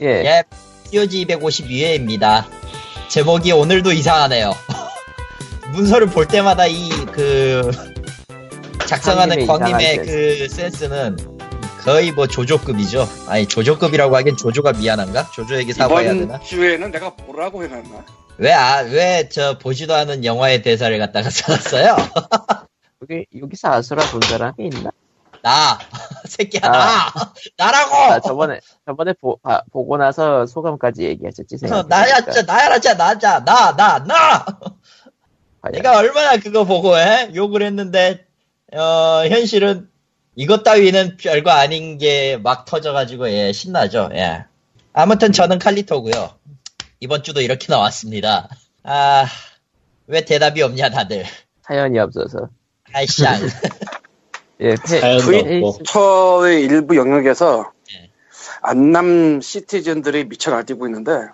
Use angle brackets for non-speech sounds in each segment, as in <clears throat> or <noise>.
예. 예, POG 252회입니다. 제목이 오늘도 이상하네요. <laughs> 문서를 볼 때마다 이 그 작성하는 광님의 광님의 이상한 그 센스는 거의 뭐 조조급이죠. 아니 조조급이라고 하긴 조조가 미안한가? 조조에게 사과해야 되나? 이번 주에는 내가 뭐라고 해놨나? 왜아왜저 보지도 않은 영화의 대사를 갖다가 써놨어요? <laughs> 여기, 여기서 아수라 본 사람이 있나? 나 <laughs> 새끼야 아. 나 아, 나라고 저번에, 저번에 보, 아, 보고 나서 소감까지 얘기하셨지, 어, 생각해보니까. 나야 진짜 나야 진짜 나자 나 나, 나. 과연. 내가 얼마나 그거 보고 해? 욕을 했는데, 어, 현실은 이것 따위는 별거 아닌 게 막 터져가지고, 예, 신나죠, 예. 아무튼 저는 칼리토고요 이번 주도 이렇게 나왔습니다. 아, 왜 대답이 없냐, 다들. 사연이 없어서. 아이씨, 안. 예, 사연도 페- 없고. 처의 일부 영역에서 네. 안남 시티즌들이 미쳐 날뛰고 있는데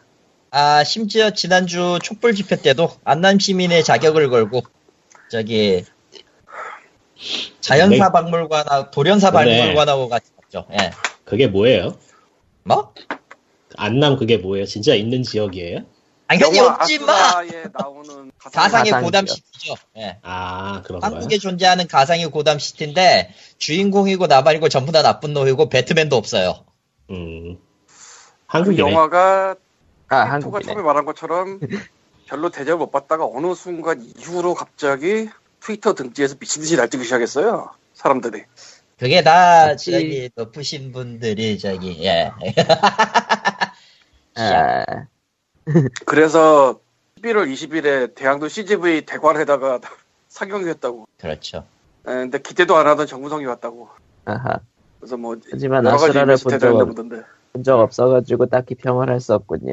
아, 심지어 지난주 촛불 집회 때도 안남 시민의 자격을 걸고, 저기, 자연사 네. 박물관하고, 도련사 그래. 박물관하고 같이 갔죠, 예. 그게 뭐예요? 뭐? 안남 그게 뭐예요? 진짜 있는 지역이에요? 당연히 영화 없지, 마! 아스라에 나오는 가상 가상의 가상이죠. 고담시티죠. 예. 아 그런가요? 한국에 존재하는 가상의 고담시티인데 주인공이고 나발이고 전부 다 나쁜 놈이고 배트맨도 없어요. 음. 그 한국에 영화가 아, 토가 한국이네. 처음에 말한 <laughs> 것처럼 별로 대접을 못 받다가 어느 순간 이후로 갑자기 트위터 등지에서 미친 듯이 날뛰기 시작했어요 사람들이 그게 다 그치. 저기 높으신 분들이 저기 예. <laughs> 아, 그래서 11월 20일에 대양도 CGV 대관에다가 <laughs> 상영했다고 예, 그렇죠. 근데 기대도 안 하던 정우성이 왔다고 아하. 그래서 뭐 하지만 여러 가지 아수라를 이벤트 본 대단했나 적, 보던데 본적 없어가지고 딱히 평을 할 수 없군요.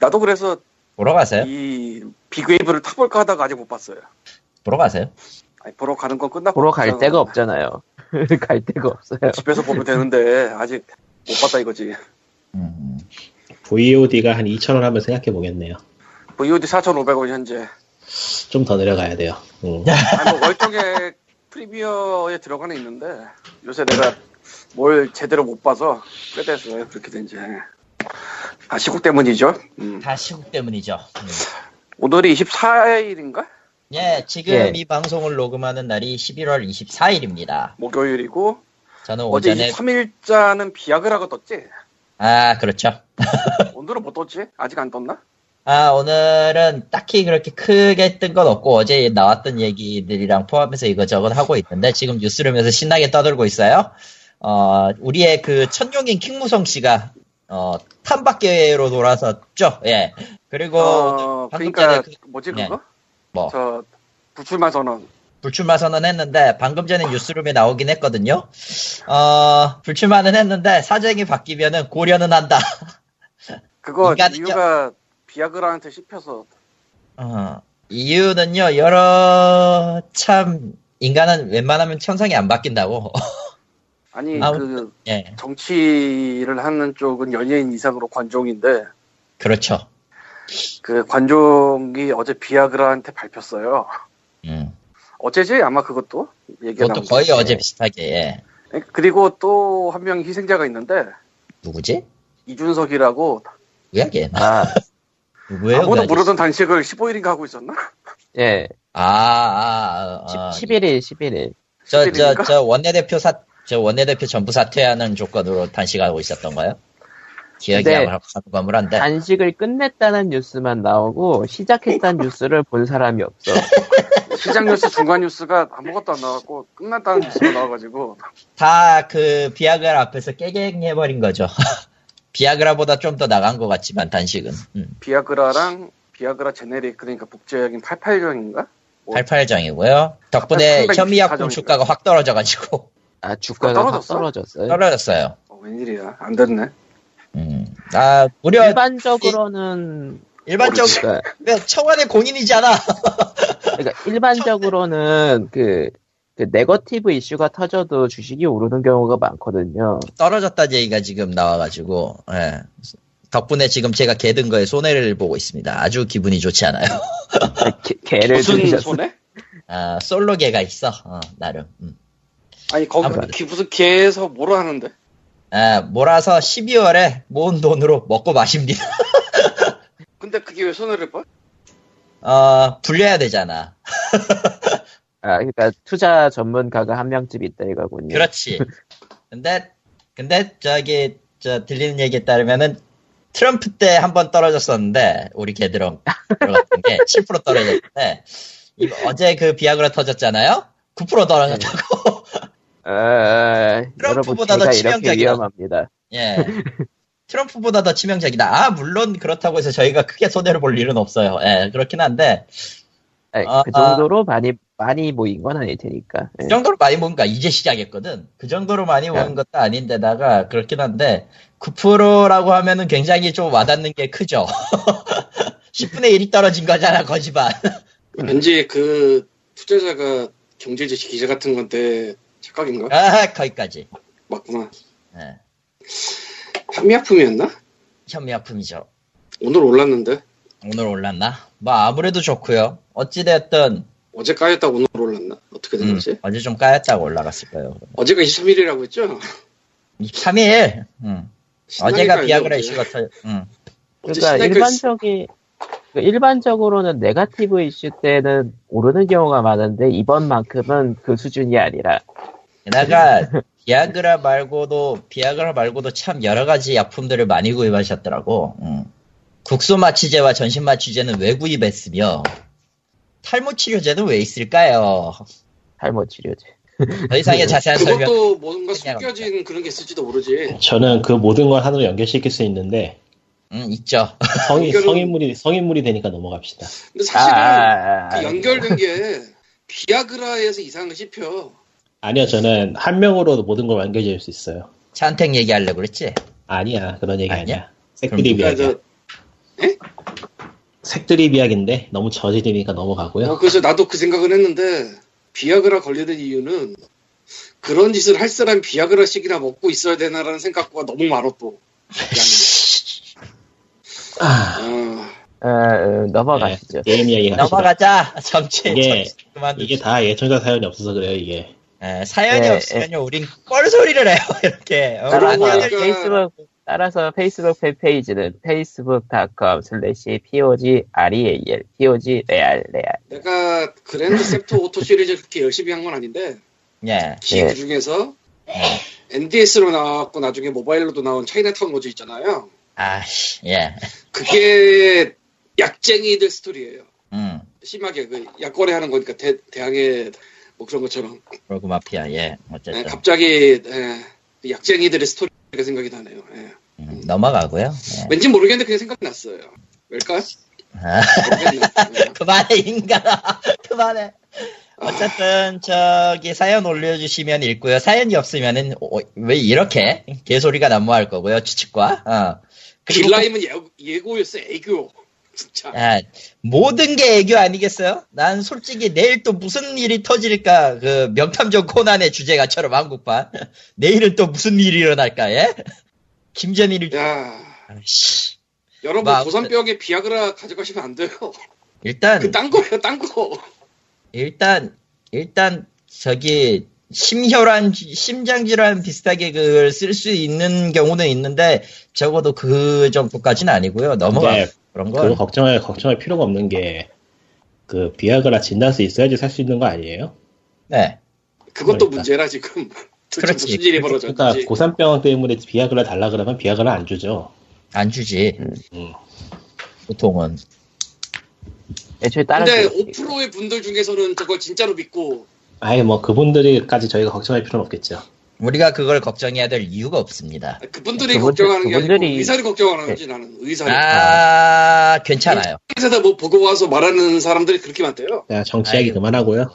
나도 그래서 보러 네? 가세요. 이 빅웨이브를 타볼까 하다가 아직 못 봤어요. 보러 가세요. 아니, 보러 가는 건 끝났고 보러 갈 그냥 데가 없잖아요. <laughs> 갈 데가 없어요. 집에서 보면 되는데 아직 못 봤다 이거지. 음. VOD가 한 2천 원 하면 생각해 보겠네요. VOD 4,500원 뭐 현재. 좀 더 내려가야 돼요. 음. 아니, 뭐 월정에 프리미어에 들어가는 있는데 요새 내가 뭘 제대로 못 봐서 꽤 됐어요 그렇게 된지. 아 시국 때문이죠. 음. 다 시국 때문이죠. 음. 오늘이 24일인가? 예, 지금 예. 이 방송을 녹음하는 날이 11월 24일입니다. 목요일이고 저는 어제 오전에 23일자는 비아그라가 떴지. 아 그렇죠. <laughs> 오늘은 못 떴지? 아직 안 떴나? 아, 오늘은 딱히 그렇게 크게 뜬 건 없고, 어제 나왔던 얘기들이랑 포함해서 이것저것 하고 있는데, 지금 뉴스룸에서 신나게 떠들고 있어요. 어, 우리의 그 천룡인 킹무성 씨가, 어, 탐박계로 돌아섰죠. 예. 그리고, 어, 방금 그러니까 전에 뭐지 네. 그거? 뭐. 저 불출마 선언. 불출마 선언했는데, 방금 전에 뉴스룸에 나오긴 했거든요. 어, 불출마는 했는데, 사정이 바뀌면은 고려는 한다. <laughs> 그거 인간은요. 이유가 비아그라한테 씹혀서 어, 이유는요, 여러, 참, 인간은 웬만하면 천성이 안 바뀐다고. <laughs> 아니 아, 그 예. 정치를 하는 쪽은 연예인 이상으로 관종인데 그렇죠. 그 관종이 어제 비아그라한테 밟혔어요. 음. 어제지 아마 그것도 얘기가 그것도 나온 거의 게. 어제 비슷하게 예. 그리고 또 한 명 희생자가 있는데 누구지? 이준석이라고 누구야 걔? 아, 누구예요? 아무도 그 아저씨? 모르던 단식을 15일인가 하고 있었나? 예. 아, 아, 아, 아. 11일, 11일. 저, 저, 11일인가? 저 원내대표 사, 저 원내대표 전부 사퇴하는 조건으로 단식하고 있었던 거요? 기억이 네. 아마 가물가물한데. 단식을 끝냈다는 뉴스만 나오고 시작했다는 뉴스를 본 사람이 없어. 시장 뉴스 중간 뉴스가 아무것도 안 나왔고 끝났다는 뉴스가 나와가지고 다 그 비아그라 앞에서 깨갱해버린 거죠. <laughs> 비아그라보다 좀 더 나간 것 같지만 단식은. 음. 비아그라랑 비아그라 제네릭 그러니까 복제약인 88경인가? 88정이고요. 덕분에 364 현미약품 정인가? 주가가 확 떨어져가지고 아, 주가가 확 떨어졌어? 떨어졌어요. 떨어졌어요. 어, 웬일이야 안 됐네. 음. 아, 무려 일반적으로는 일반적, 그러니까, 네, 청와대 공인이잖아. <laughs> 그러니까 일반적으로는 그, 그 네거티브 이슈가 터져도 주식이 오르는 경우가 많거든요. 떨어졌다는 얘기가 지금 나와가지고 예. 덕분에 지금 제가 개든 거에 손해를 보고 있습니다. 아주 기분이 좋지 않아요. <laughs> 개- 개를 무슨 들으셨어. 손해? 아, 솔로 개가 있어 어, 나름. 음. 아니 거기 아무튼. 기- 무슨 개에서 뭐라 하는데? 예, 몰아서 12월에 모은 돈으로 먹고 마십니다. <laughs> 근데 그게 왜 손해를 봐? 어, 불려야 되잖아. 아, 그러니까 투자 전문가가 한 명쯤 있다 이거군요. 그렇지. 근데, 근데 저기, 저 들리는 얘기에 따르면은 트럼프 때 한 번 떨어졌었는데, 우리 개드렁 들어갔던 게 7% 떨어졌는데, 이 어제 그 비아그라 터졌잖아요? 9% 떨어졌다고. 아, 여러분 트럼프보다 더 제가 이렇게 치명적이다. 위험합니다. 예. 트럼프보다 더 치명적이다. 아, 물론 그렇다고 해서 저희가 크게 손해를 볼 일은 없어요. 예, 그렇긴 한데, 아니, 아, 그 정도로 많이 많이 모인 건 아닐 테니까. 예. 그 정도로 많이 모은가 이제 시작했거든. 그 정도로 많이 모은 것도 아닌데다가 그렇긴 한데 9%라고 하면은 굉장히 좀 와닿는 게 크죠. <laughs> 10분의 1이 떨어진 거잖아 거짓말. 음. 왠지 그 투자자가 경제 지식 기자 같은 건데 착각인가? <laughs> 아 거기까지. 맞구나. 예, 한미약품이었나? 현미약품이죠. 오늘 올랐는데 오늘 올랐나? 뭐 아무래도 좋고요. 어찌됐든 어제 까였다 오늘 올랐나? 어떻게 된 음, 거지? 어제 좀 까였다고 올라갔을 거예요. 어제가 23일이라고 했죠? 23일. 음. 어제가 비아그라 이슈가 터. 음. 그러니까 시댁을 일반적인 그러니까 일반적으로는 네가티브 이슈 때는 오르는 경우가 많은데 이번만큼은 그 수준이 아니라 게다가 비아그라 말고도 비아그라 말고도 참 여러 가지 약품들을 많이 구입하셨더라고. 음. 국소 마취제와 전신 마취제는 왜 구입했으며 탈모 치료제는 왜 있을까요? 탈모 치료제. 더 음. 이상의 자세한 설명. 그것도 뭔가 그냥 숨겨진 그런 게 있을지도 모르지. 저는 그 모든 걸 하나로 연결시킬 수 있는데 음, 있죠. <laughs> 성인, 연결은- 성인물이 성인물이 되니까 넘어갑시다. 근데 사실은 아, 아, 아. 그 연결된 게 비아그라에서 이상을 씹혀. 아니요, 저는 한 명으로도 모든 걸 연결지을 수 있어요. 찬탱 얘기하려고 그랬지. 아니야, 그런 얘기 아니야. 아니야? 색드립 그러니까 이야기. 저, 색드립 이야기인데 너무 저질이니까 넘어가고요. 어, 그래서 나도 그 생각은 했는데 비아그라 걸리는 이유는 그런 짓을 할 사람 비아그라식이나 먹고 있어야 되나라는 생각과 너무 많아 <laughs> 또. 아, 양이. 어, 어, 어, 넘어가시죠. 예, <laughs> 게임 이야기 갑시다. 넘어가자. 정치. 이게- 정치 그만. 이게 다 예청자 사연이 없어서 그래요, 이게. 예, 사연이 예, 없으면요, 우린 뻘소리를 해요 <laughs> 이렇게. 아, 어, 따라서 그러고 보니까- 페이스북 따라서 페이스북 팬페이지는 facebook.com slash pogreal pog 레알 레알 내가 그랜드 세프트 오토 시리즈 그렇게 열심히 한 건 아닌데 예. 시리즈 예. 중에서 네. NDS로 나왔고 나중에 모바일로도 나온 차이나타운 모드 있잖아요. 아씨. 예. 네. 그게 약쟁이들 스토리예요. 음. 심하게 그 약거래 하는 거니까 대, 대항해 뭐 그런 것처럼 로그 마피아. 예. 예, 어쨌든 갑자기 예, 그 약쟁이들의 스토리가 생각이 나네요. 예. 음, 넘어가고요. 예. 왠지 모르겠는데 그냥 생각났어요. 왜일까요? 아. 모르겠네요. 예. 그만해 인간아 <laughs> 그만해 어쨌든 저기 사연 올려주시면 읽고요 사연이 없으면은 어, 왜 이렇게 개소리가 난무할 거고요 추측과 어. 그리고 길라임은 예고, 예고였어 애교. 진짜. 아, 모든 게 애교 아니겠어요? 난 솔직히 내일 또 무슨 일이 터질까 그 명탐정 코난의 주제가처럼 한국판 <laughs> 내일은 또 무슨 일이 일어날까 예? 김전일이 야 아, 씨. 여러분 막- 고산병에 비아그라 가져가시면 안 돼요. 일단 그 딴 거예요, 딴 거. 일단 일단 저기 심혈관 심장 질환 비슷하게 그걸 쓸 수 있는 경우는 있는데 적어도 그 정도까지는 아니고요. 넘어가 근데 그런 네. 그거 건 걱정할, 걱정할 필요가 없는 게, 그, 비아그라 진단서 있어야지 살 수 있는 거 아니에요? 네. 그것도 그러니까. 문제라 지금. 도대체 그렇지. 무슨 일이 그러니까 벌어졌는지. 고산병 때문에 비아그라 달라 그러면 비아그라 안 주죠. 안 주지. 음. 보통은 애초에 다른 근데 게 있으니까. 5%의 분들 중에서는 저걸 진짜로 믿고 아예 뭐 그분들이까지 저희가 걱정할 필요는 없겠죠. 우리가 그걸 걱정해야 될 이유가 없습니다. 아, 그분들이 그분들- 걱정하는 게 아니고 그분들이- 의사를 걱정하는 거지 나는 의사를. 아 괜찮아요. 의사다 뭐 보고 와서 말하는 사람들이 그렇게 많대요. 자, 정치 이야기 아이고. 그만하고요.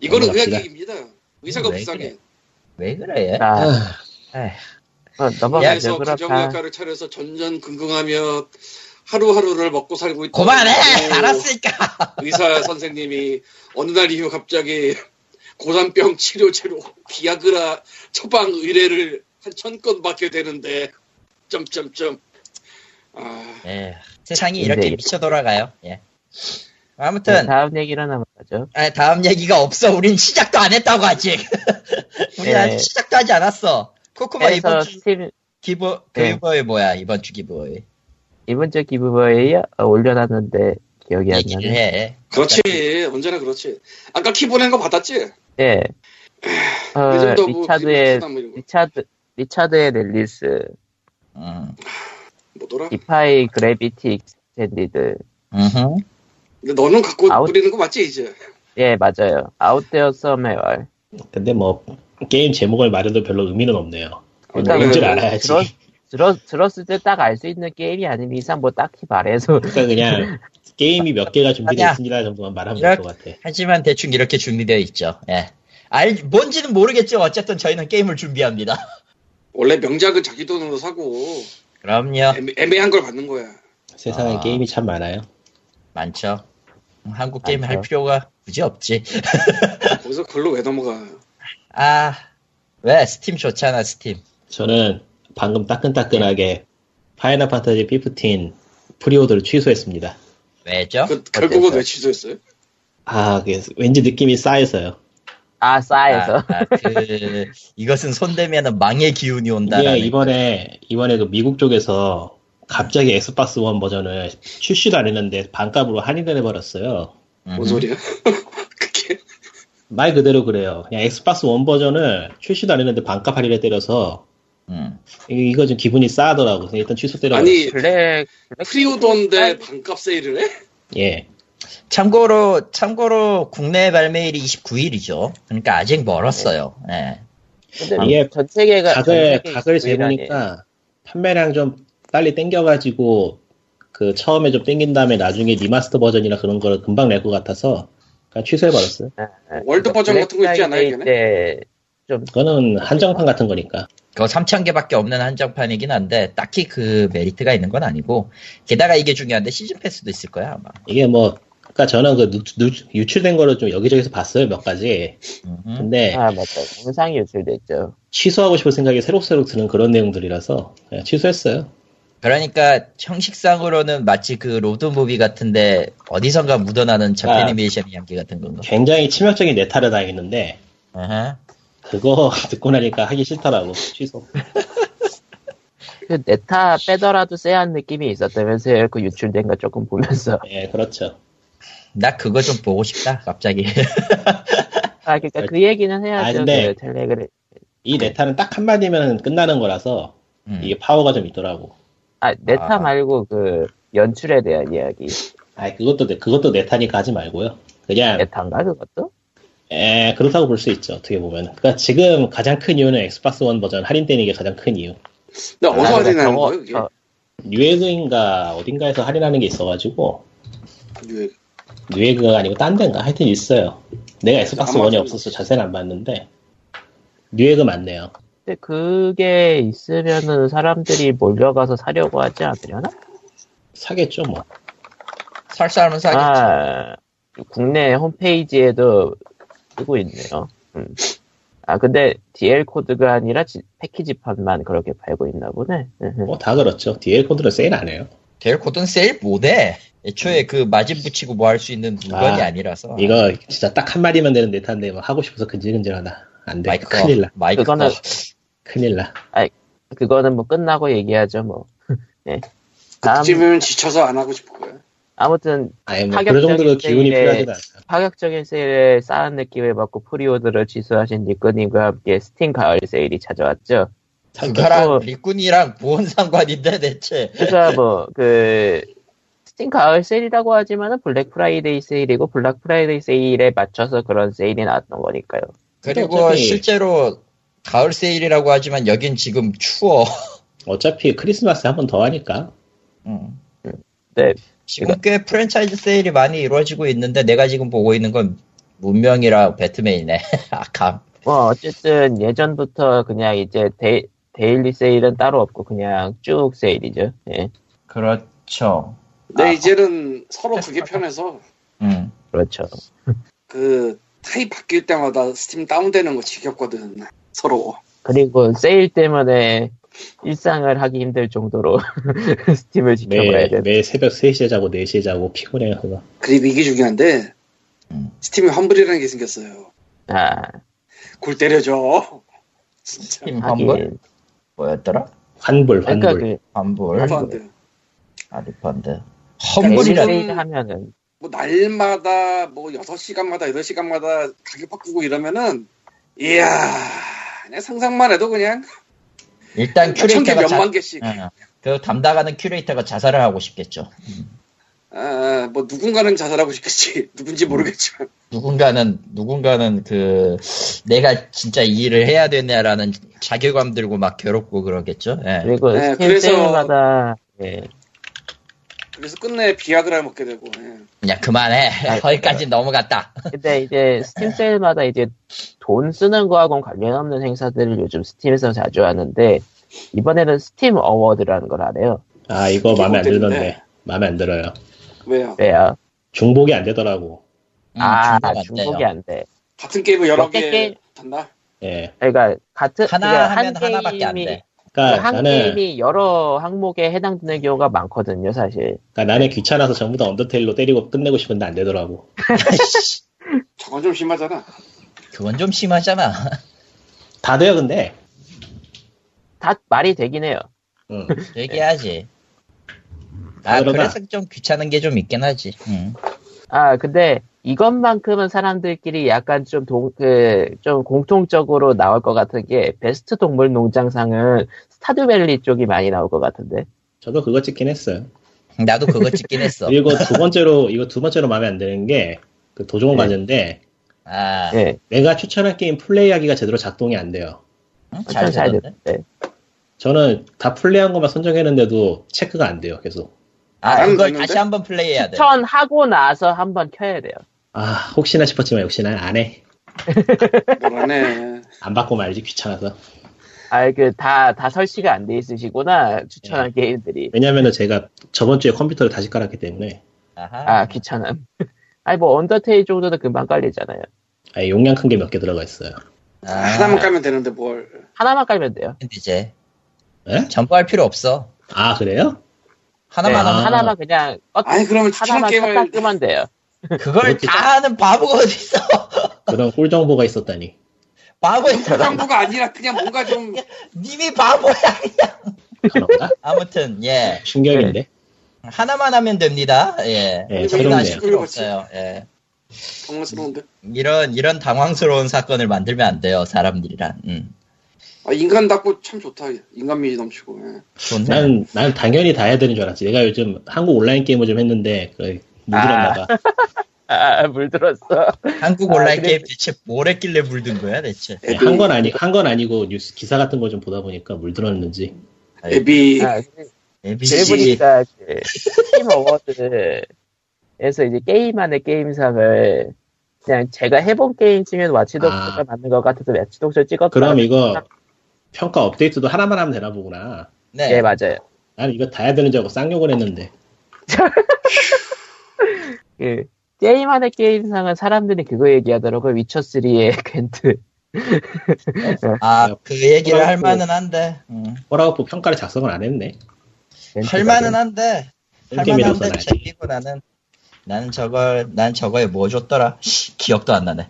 이거는 의학 넘어갑시다. 얘기입니다. 의사가 왜 불쌍해. 왜 그래? 네. 자, 아, 에휴, 어, 그래서 넘어가죠. 그렇다. 가정의학과를 차려서 전전긍긍하며 하루하루를 먹고 살고 있다. 그만해. 알았으니까. 의사 선생님이 어느 날 이후 갑자기 고산병 치료제로 비아그라 처방 의뢰를 한 천 건 받게 되는데 점점점 아 네. 예. 세상이 이렇게 근데- 미쳐 돌아가요. 예. 네, 아무튼 다음 얘기로 넘어가죠. 아, 다음 얘기가 없어. 우린 시작도 안 했다고 아직. <laughs> 우린 네. 아직 시작도 하지 않았어. 코코마 이번 그래서 주 스팀 기부 네. 기부의 뭐야 이번 주 기부의 이번 주 기부에 어, 올려놨는데 기억이 안 얘기를 나네. 해. 그렇지 언제나 그렇지. 아까 키보낸 거 받았지? 예. 어, 예전도 뭐 리차드의 기부 수당 뭐 이런 거. 리차드 리차드의 넬리스 음. 뭐더라? 디파이 그래비티 익스텐디드 음흠. 근데 너는 갖고 아웃. 부리는 거 맞지 이제? 예 맞아요 아웃데어 서메월 근데 뭐 게임 제목을 말해도 별로 의미는 없네요. 그러니까 일단은 뭔줄 뭐 알아야지. 들었, 들었, 들었을 때 딱 알 수 있는 게임이 아닌 이상 뭐 딱히 말해서 <laughs> 그러니까 그냥 <laughs> 게임이 몇 개가 준비되어 아니야. 있습니다 정도만 말하면 이럴- 될 것 같아. 하지만 대충 이렇게 준비되어 있죠. 예. 알 뭔지는 모르겠지만 어쨌든 저희는 게임을 준비합니다. <laughs> 원래 명작은 자기 돈으로 사고 그럼요. 애매- 애매한 걸 받는 거야. 세상에 아. 게임이 참 많아요. 많죠. 음, 한국 게임 많죠. 할 필요가 굳이 없지. <laughs> 거기서 글로 왜 넘어가? 그, 아, 왜? 스팀 좋잖아, 스팀. 저는 방금 네. 따끈따끈하게 파이널 판타지 15 프리오더를 취소했습니다. 왜죠? 그, 결국은 어땠어요? 왜 취소했어요? 아, 그게 왠지 느낌이 싸해서요. 아 싸해서 아, 아, 그, 이것은 손대면 망의 기운이 온다라는. 이게 네, 이번에 이번에 그 미국 쪽에서 갑자기 엑스박스 원 버전을 출시도 안 했는데 반값으로 할인을 해버렸어요. 음. 뭔 소리야? <laughs> 그게 말 그대로 그래요. 그냥 엑스박스 원 버전을 출시도 안 했는데 반값 할인을 때려서 음. 이- 이거 좀 기분이 싸하더라고. 그래서 일단 취소 때려. 아니 블랙 블랙 아, 프리오더인데 반값 세일을 해? 예. 참고로, 참고로 국내 발매일이 29일이죠. 그러니까 아직 멀었어요. 예. 네. 근데 이게 전 세계가 각을 각을 제 재보니까 판매량 좀 빨리 땡겨가지고 그 처음에 좀 땡긴 다음에 나중에 리마스터 버전이나 그런 거를 금방 낼 것 같아서 그냥 취소해버렸어요. 아, 월드 버전 같은 거 있지 않아요, 걔네? 때좀 그거는 한정판 같은 거니까. 그거 3,000개밖에 없는 한정판이긴 한데, 딱히 그 메리트가 있는 건 아니고, 게다가 이게 중요한데 시즌 패스도 있을 거야, 아마. 이게 뭐, 그러니까 저는 그 누- 누- 유출된 거를 좀 여기저기서 봤어요 몇 가지. 음. 근데 아 맞다 영상이 유출됐죠 취소하고 싶은 생각이 새록새록 드는 그런 내용들이라서 그냥 취소했어요. 그러니까 형식상으로는 마치 그 로드무비 같은데 어디선가 묻어나는 저 아. 애니메이션 연기 같은 건가? 굉장히 치명적인 내타를 당했는데 아하. 그거 <laughs> 듣고 나니까 하기 싫더라고 취소. 그 네타 빼더라도 쎄한 느낌이 있었다면서요 그 유출된 거 조금 보면서 예, 그렇죠. 나 그거 좀 보고 싶다 갑자기 <laughs> 아 그러니까 그 얘기는 해야죠 아, 근데- 그 텔레그램 이 네타는 딱 한마디면 끝나는 거라서 음. 이게 파워가 좀 있더라고. 아 네타 아. 말고 그 연출에 대한 이야기 아, 그것도 네- 그것도 네타니까 하지 말고요. 아. 그냥 네타인가 그것도? 네. 에, 그렇다고 볼 수 있죠. 어떻게 보면. 그러니까 지금 가장 큰 이유는 엑스박스 원 버전 할인 때는 이게 가장 큰 이유. 나 어디서 아, 할인하는 저거- 거야 이게? 저- 유에그인가 어딘가에서 할인하는 게 있어가지고 유액. 뉴에그가 아니고 딴 데인가 하여튼 있어요. 내가 엑스박스 아마존. 원이 없어서 자세는 안 봤는데 뉴에그 맞네요. 근데 그게 있으면은 사람들이 몰려가서 사려고 하지 않으려나? 사겠죠 뭐. 살 사람은 사겠지 아, 국내 홈페이지에도 뜨고 있네요. 음. 아, 근데 DL 코드가 아니라 지- 패키지판만 그렇게 팔고 있나 보네. 으흠. 뭐 다 그렇죠. DL 코드는 세일 안 해요. 델 코든 세일 못해 애초에 그 마진 붙이고 뭐 할 수 있는 물건이 음. 아, 아, 니라서 이거 진짜 딱 한마디면 되는 네타인데 뭐 하고 싶어서 근질근질하다. 안 돼. 마이크 꺼. 큰일 나. 네, 마이크 그거는- 꺼. 큰일 나. 그거는 뭐 끝나고 얘기하죠, 뭐. <laughs> 예. 다음, 그쯤이면 지쳐서 안 하고 싶을 거야. 아무튼 아예 뭐 파격적인 그런 정도로 기운이 세일에- 필요하지도 않아. 파격적인 세일에 싸한 느낌을 받고 프리오더를 취소하신 니꺼님과 함께 스팀 가을 세일이 찾아왔죠. 그거랑 어. 리꾼이랑 뭔 상관인데 <laughs> 대체 그래서 뭐, 그, 스팀 가을 세일이라고 하지만은 블랙 프라이데이 세일이고 블랙 프라이데이 세일에 맞춰서 그런 세일이 나왔던 거니까요. 그리고 어차피- 실제로 가을 세일이라고 하지만 여긴 지금 추워 <laughs> 어차피 크리스마스 한 번 더 하니까 음. 네, 지금 꽤 프랜차이즈 세일이 많이 이루어지고 있는데 내가 지금 보고 있는 건 문명이랑 배트맨이네. <laughs> 아캄. 뭐 어쨌든 예전부터 그냥 이제 데, 데일리 세일은 따로 없고 그냥 쭉 세일이죠. 예, 그렇죠. 근데 아. 이제는 서로 그게 편해서 음. 그렇죠. 그 타입 바뀔 때마다 스팀 다운되는 거 지겹거든. 서로. 그리고 세일 때문에 일상을 하기 힘들 정도로 <laughs> 스팀을 지켜봐야 매, 돼. 매 새벽 3시에 자고 4시에 자고 피곤해요 그거. 그리고 이게 중요한데 음. 스팀에 환불이라는 게 생겼어요. 아, 골 때려줘. <laughs> 진짜. 음. 팀 환불? 하긴 뭐였더라? 환불, 환불. 그러니까 그 환불, 말도 안 돼. 아 리펀드. 일 환불이라 일일이- 일일 하면은 뭐 날마다 뭐 6시간마다 8시간마다 가격 바꾸고 이러면은 이야 그냥 상상만 해도 그냥 일단 천개 큐레이터가 몇만 개씩 자, 어, 그 담당하는 큐레이터가 자살을 하고 싶겠죠. 아, 뭐 누군가는 자살하고 싶겠지 <laughs> 누군지 모르겠지만 누군가는 누군가는 그 내가 진짜 이 일을 해야 되냐라는 자괴감 들고 막 괴롭고 그러겠죠. 예. 그리고 네, 스팀 그래서- 세일마다 예. 그래서 끝내 비아그라 먹게 되고 예. 그냥 그만해. 아, 음, 거기까지 넘어갔다. 근데 이제 스팀 세일마다 이제 돈 쓰는 거하고는 관련 없는 행사들을 요즘 스팀에서 자주 하는데 이번에는 스팀 어워드라는 걸 하래요. 아, 이거 마음에 안 기본템인데. 들던데. 마음에 안 들어요. 왜요? 왜요? 중복이 안 되더라고. 음, 아 중복 안 중복이 돼요. 안 돼. 같은 게임을 여러 몇개 개 게임? 봤나? 예. 그러니까 같은 하나 그러니까 하면 한 하나밖에 안 게임이- 돼. 그러니까 한 나는 게임이 여러 항목에 해당되는 경우가 많거든요, 사실. 그러니까 나는 귀찮아서 전부 다 언더테일로 때리고 끝내고 싶은데 안 되더라고. 저건 좀 심하잖아 그건 좀 심하잖아. <laughs> 다 돼요, 근데. 다 말이 되긴 해요. <laughs> 응. 얘기하지. 아, 그러다. 그래서 좀 귀찮은 게 좀 있긴 하지. 음. 아, 근데 이것만큼은 사람들끼리 약간 좀 동, 그, 좀 공통적으로 나올 것 같은 게 베스트 동물 농장상은 스타드밸리 쪽이 많이 나올 것 같은데. 저도 그거 찍긴 했어요. 나도 그거 찍긴 했어. 그리고 두 번째로, 이거 두 번째로 마음에 안 드는 게, 그 도종을 네. 봤는데, 아, 예. 내가 추천한 게임 플레이하기가 제대로 작동이 안 돼요. 음, 잘 되던데. 됐는데. 네. 저는 다 플레이한 것만 선정했는데도 체크가 안 돼요, 계속. 아, 나는 그걸 됐는데? 다시 한번 플레이해야 돼. 추천하고 나서 한번 켜야 돼요. 아, 혹시나 싶었지만 역시나 안 해. 뭐라네 안 받고 말지, 귀찮아서. 아, 그, 다, 다 설치가 안 돼 있으시구나. 추천한 게임들이. 왜냐면은 제가 저번 주에 컴퓨터를 다시 깔았기 때문에, 아하. 아, 귀찮음. <laughs> 아니, 뭐, 언더테일 정도는 금방 깔리잖아요. 아예 용량 큰 게 몇 개 들어가 있어요. 아, 하나만 까면 되는데 뭘 하나만 깔면 돼요. 근데 이제 예? 전부 할 필요 없어. 아, 그래요? 네, 하나만 하면 하나만 그냥, 껐- 아니 그러면 추천 하나만 게임을 껐다 끄면 돼요. 그걸 그렇지. 다 하는 바보가 어디 있어? <laughs> 그런 꿀 정보가 있었다니. 바보 있잖아. 정부가 아니라 그냥 뭔가 좀 님이 바보야. <laughs> 그런가? 네. 아무튼 예 충격인데. 하나만 하면 됩니다. 예. 저희는 예, 새롭네요. 아실 필요 없어요. 예. 당황스러운데 이런 이런 당황스러운 사건을 만들면 안 돼요. 사람들이란. 음. 아, 인간답고 참 좋다 인간미 넘치고 예. 좋네. 난, 난 당연히 다 해야 되는 줄 알았지. 내가 요즘 한국 온라인 게임을 좀 했는데, 그, 물들었나봐. 아, 물들었어. 한국 아, 온라인 그래. 게임 대체 뭘 했길래 물든 거야 대체? 애비, 네, 한 건 아니, 한 건 아니고, 뉴스 기사 같은 걸 좀 보다 보니까 물들었는지. 애비 아, 제일 ABC 보니까 그 스팀 어워드에서 이제 게임 안에 게임상을 그냥 제가 해본 게임 중엔 와치독스가 아. 맞는 것 같아서 와치독스 찍었다. 그럼 이거, 평가 업데이트도 하나만 하면 되나 보구나. 네. 예 맞아요. 난 이거 다 해야 되는 줄 알고 쌍욕을 했는데. 그 게임 안에 게임상은 사람들이 그거 얘기하더라고요. 위쳐 3의 <laughs> 겐트. 어, 예, 아, 그 얘기를 할 그래갖고- 만은 한데. 음. 호라우프 평가를 작성을 안 했네. 할 만은 한데. 할 게임이 만은 한데 없어서 챙기고 나는 나는 저걸 난 저거에 뭐 줬더라? 씨, 기억도 안 나네.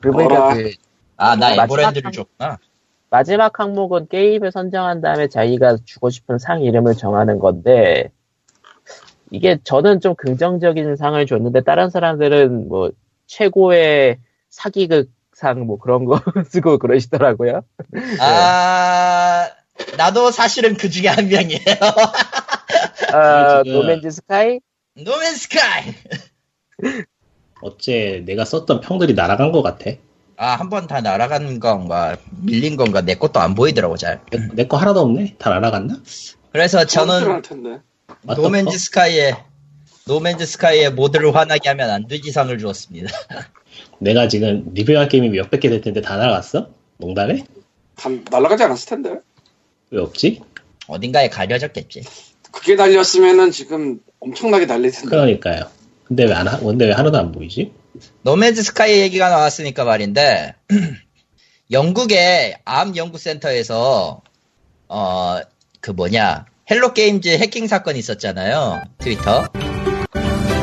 그리고 보니까 어라. 그 아, 나 마지막 에버랜드를 한- 줬구나. 마지막 항목은 게임을 선정한 다음에 자기가 주고 싶은 상 이름을 정하는 건데 이게 저는 좀 긍정적인 상을 줬는데 다른 사람들은 뭐 최고의 사기극 상 뭐 그런 거 <laughs> 쓰고 그러시더라고요. 아, 나도 사실은 그 중에 한 명이에요. <laughs> 그러니까. 아, 지금- 노맨즈 스카이? 노맨스카이. 어째 내가 썼던 평들이 날아간 것 같아. 아, 한 번 다 날아간 건가 밀린 건가 내 것도 안 보이더라고 잘. 내 거 하나도 없네? 다 날아갔나? 그래서 저는 저는 할 텐데 What the 노맨즈 fuck? 스카이에 노맨즈 스카이에 모두를 화나게 하면 안 되지 상을 주었습니다. <laughs> 내가 지금 리뷰한 게임이 몇백 개 될 텐데 다 날아갔어? 농담해? 다 날아가지 않았을 텐데 왜 없지? 어딘가에 가려졌겠지. 그게 날렸으면은 지금 엄청나게 날릴 텐데 그러니까요. 근데 왜 안, 하, 근데 왜 하나도 안 보이지? 노맨즈 스카이 얘기가 나왔으니까 말인데 <clears throat> 영국의 암 연구센터에서 어 그 뭐냐 헬로 게임즈 해킹 사건 있었잖아요 트위터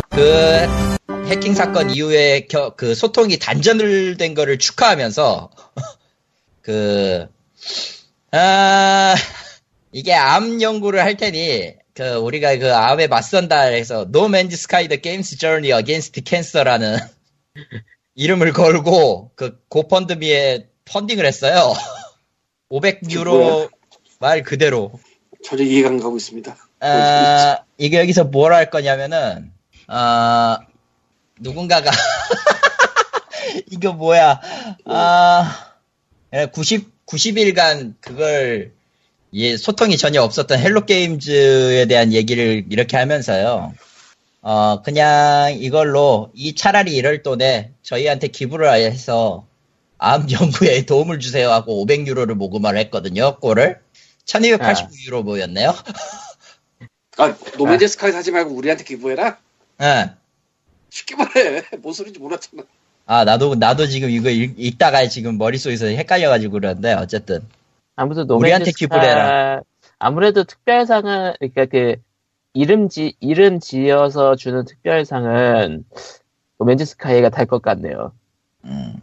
그 해킹 사건 이후에 겨- 그 <laughs> 소통이 단절된 거를 축하하면서 그 아, 이게 암 연구를 할 테니 그 우리가 그 암에 맞선다 해서 No Man's Sky The Games Journey Against Cancer라는 <laughs> 이름을 걸고 그 고펀드미에 펀딩을 했어요. <laughs> 500유로 뭐야? 말 그대로. 전혀 이해가 안 가고 있습니다. 아, 이게 여기서 뭘 할 거냐면은 아 누군가가 <laughs> 이거 뭐야 아 90, 90일간 그걸 예, 소통이 전혀 없었던 헬로 게임즈에 대한 얘기를 이렇게 하면서요. 어 그냥 이걸로 이 차라리 이럴 돈에 저희한테 기부를 아예 해서 암 연구에 도움을 주세요 하고 500유로를 모금을 했거든요. 꼴을 1289유로 모였네요. 아, 노맨즈 스카이 사지 말고 우리한테 기부해라? 예. 쉽게 말해. <laughs> 뭔 소리인지 몰랐잖아. 아, 나도, 나도 지금 이거 읽, 읽다가 지금 머릿속에서 헷갈려가지고 그러는데, 어쨌든. 아무튼 노 우리한테 기부를 해라. 아무래도 특별상은 그러니까 그 이름 지 이름 지어서 주는 특별상은 노맨즈 스카이가 탈 것 같네요. <laughs> 음.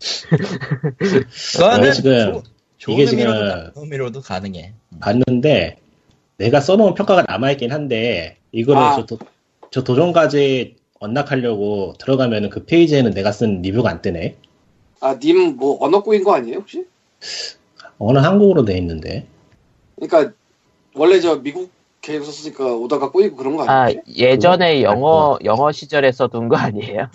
이게 그거는 아, 지금 좋- 좋은 이게 지금- 의미로도, 나쁜 의미로도 가능해. 봤는데 내가 써놓은 평가가 남아있긴 한데 이거를 아. 저, 도, 저 도전까지 언락하려고 들어가면 그 페이지에는 내가 쓴 리뷰가 안 뜨네 아, 님 뭐 언어고인 거 아니에요, 혹시? 어느 한국어로 돼 있는데 그러니까 원래 저 미국 계획 썼으니까 오다가 꼬이고 그런 거 아 아니에요? 음, 예전에 그거? 영어 아, 영어 시절에 써둔 거 아니에요?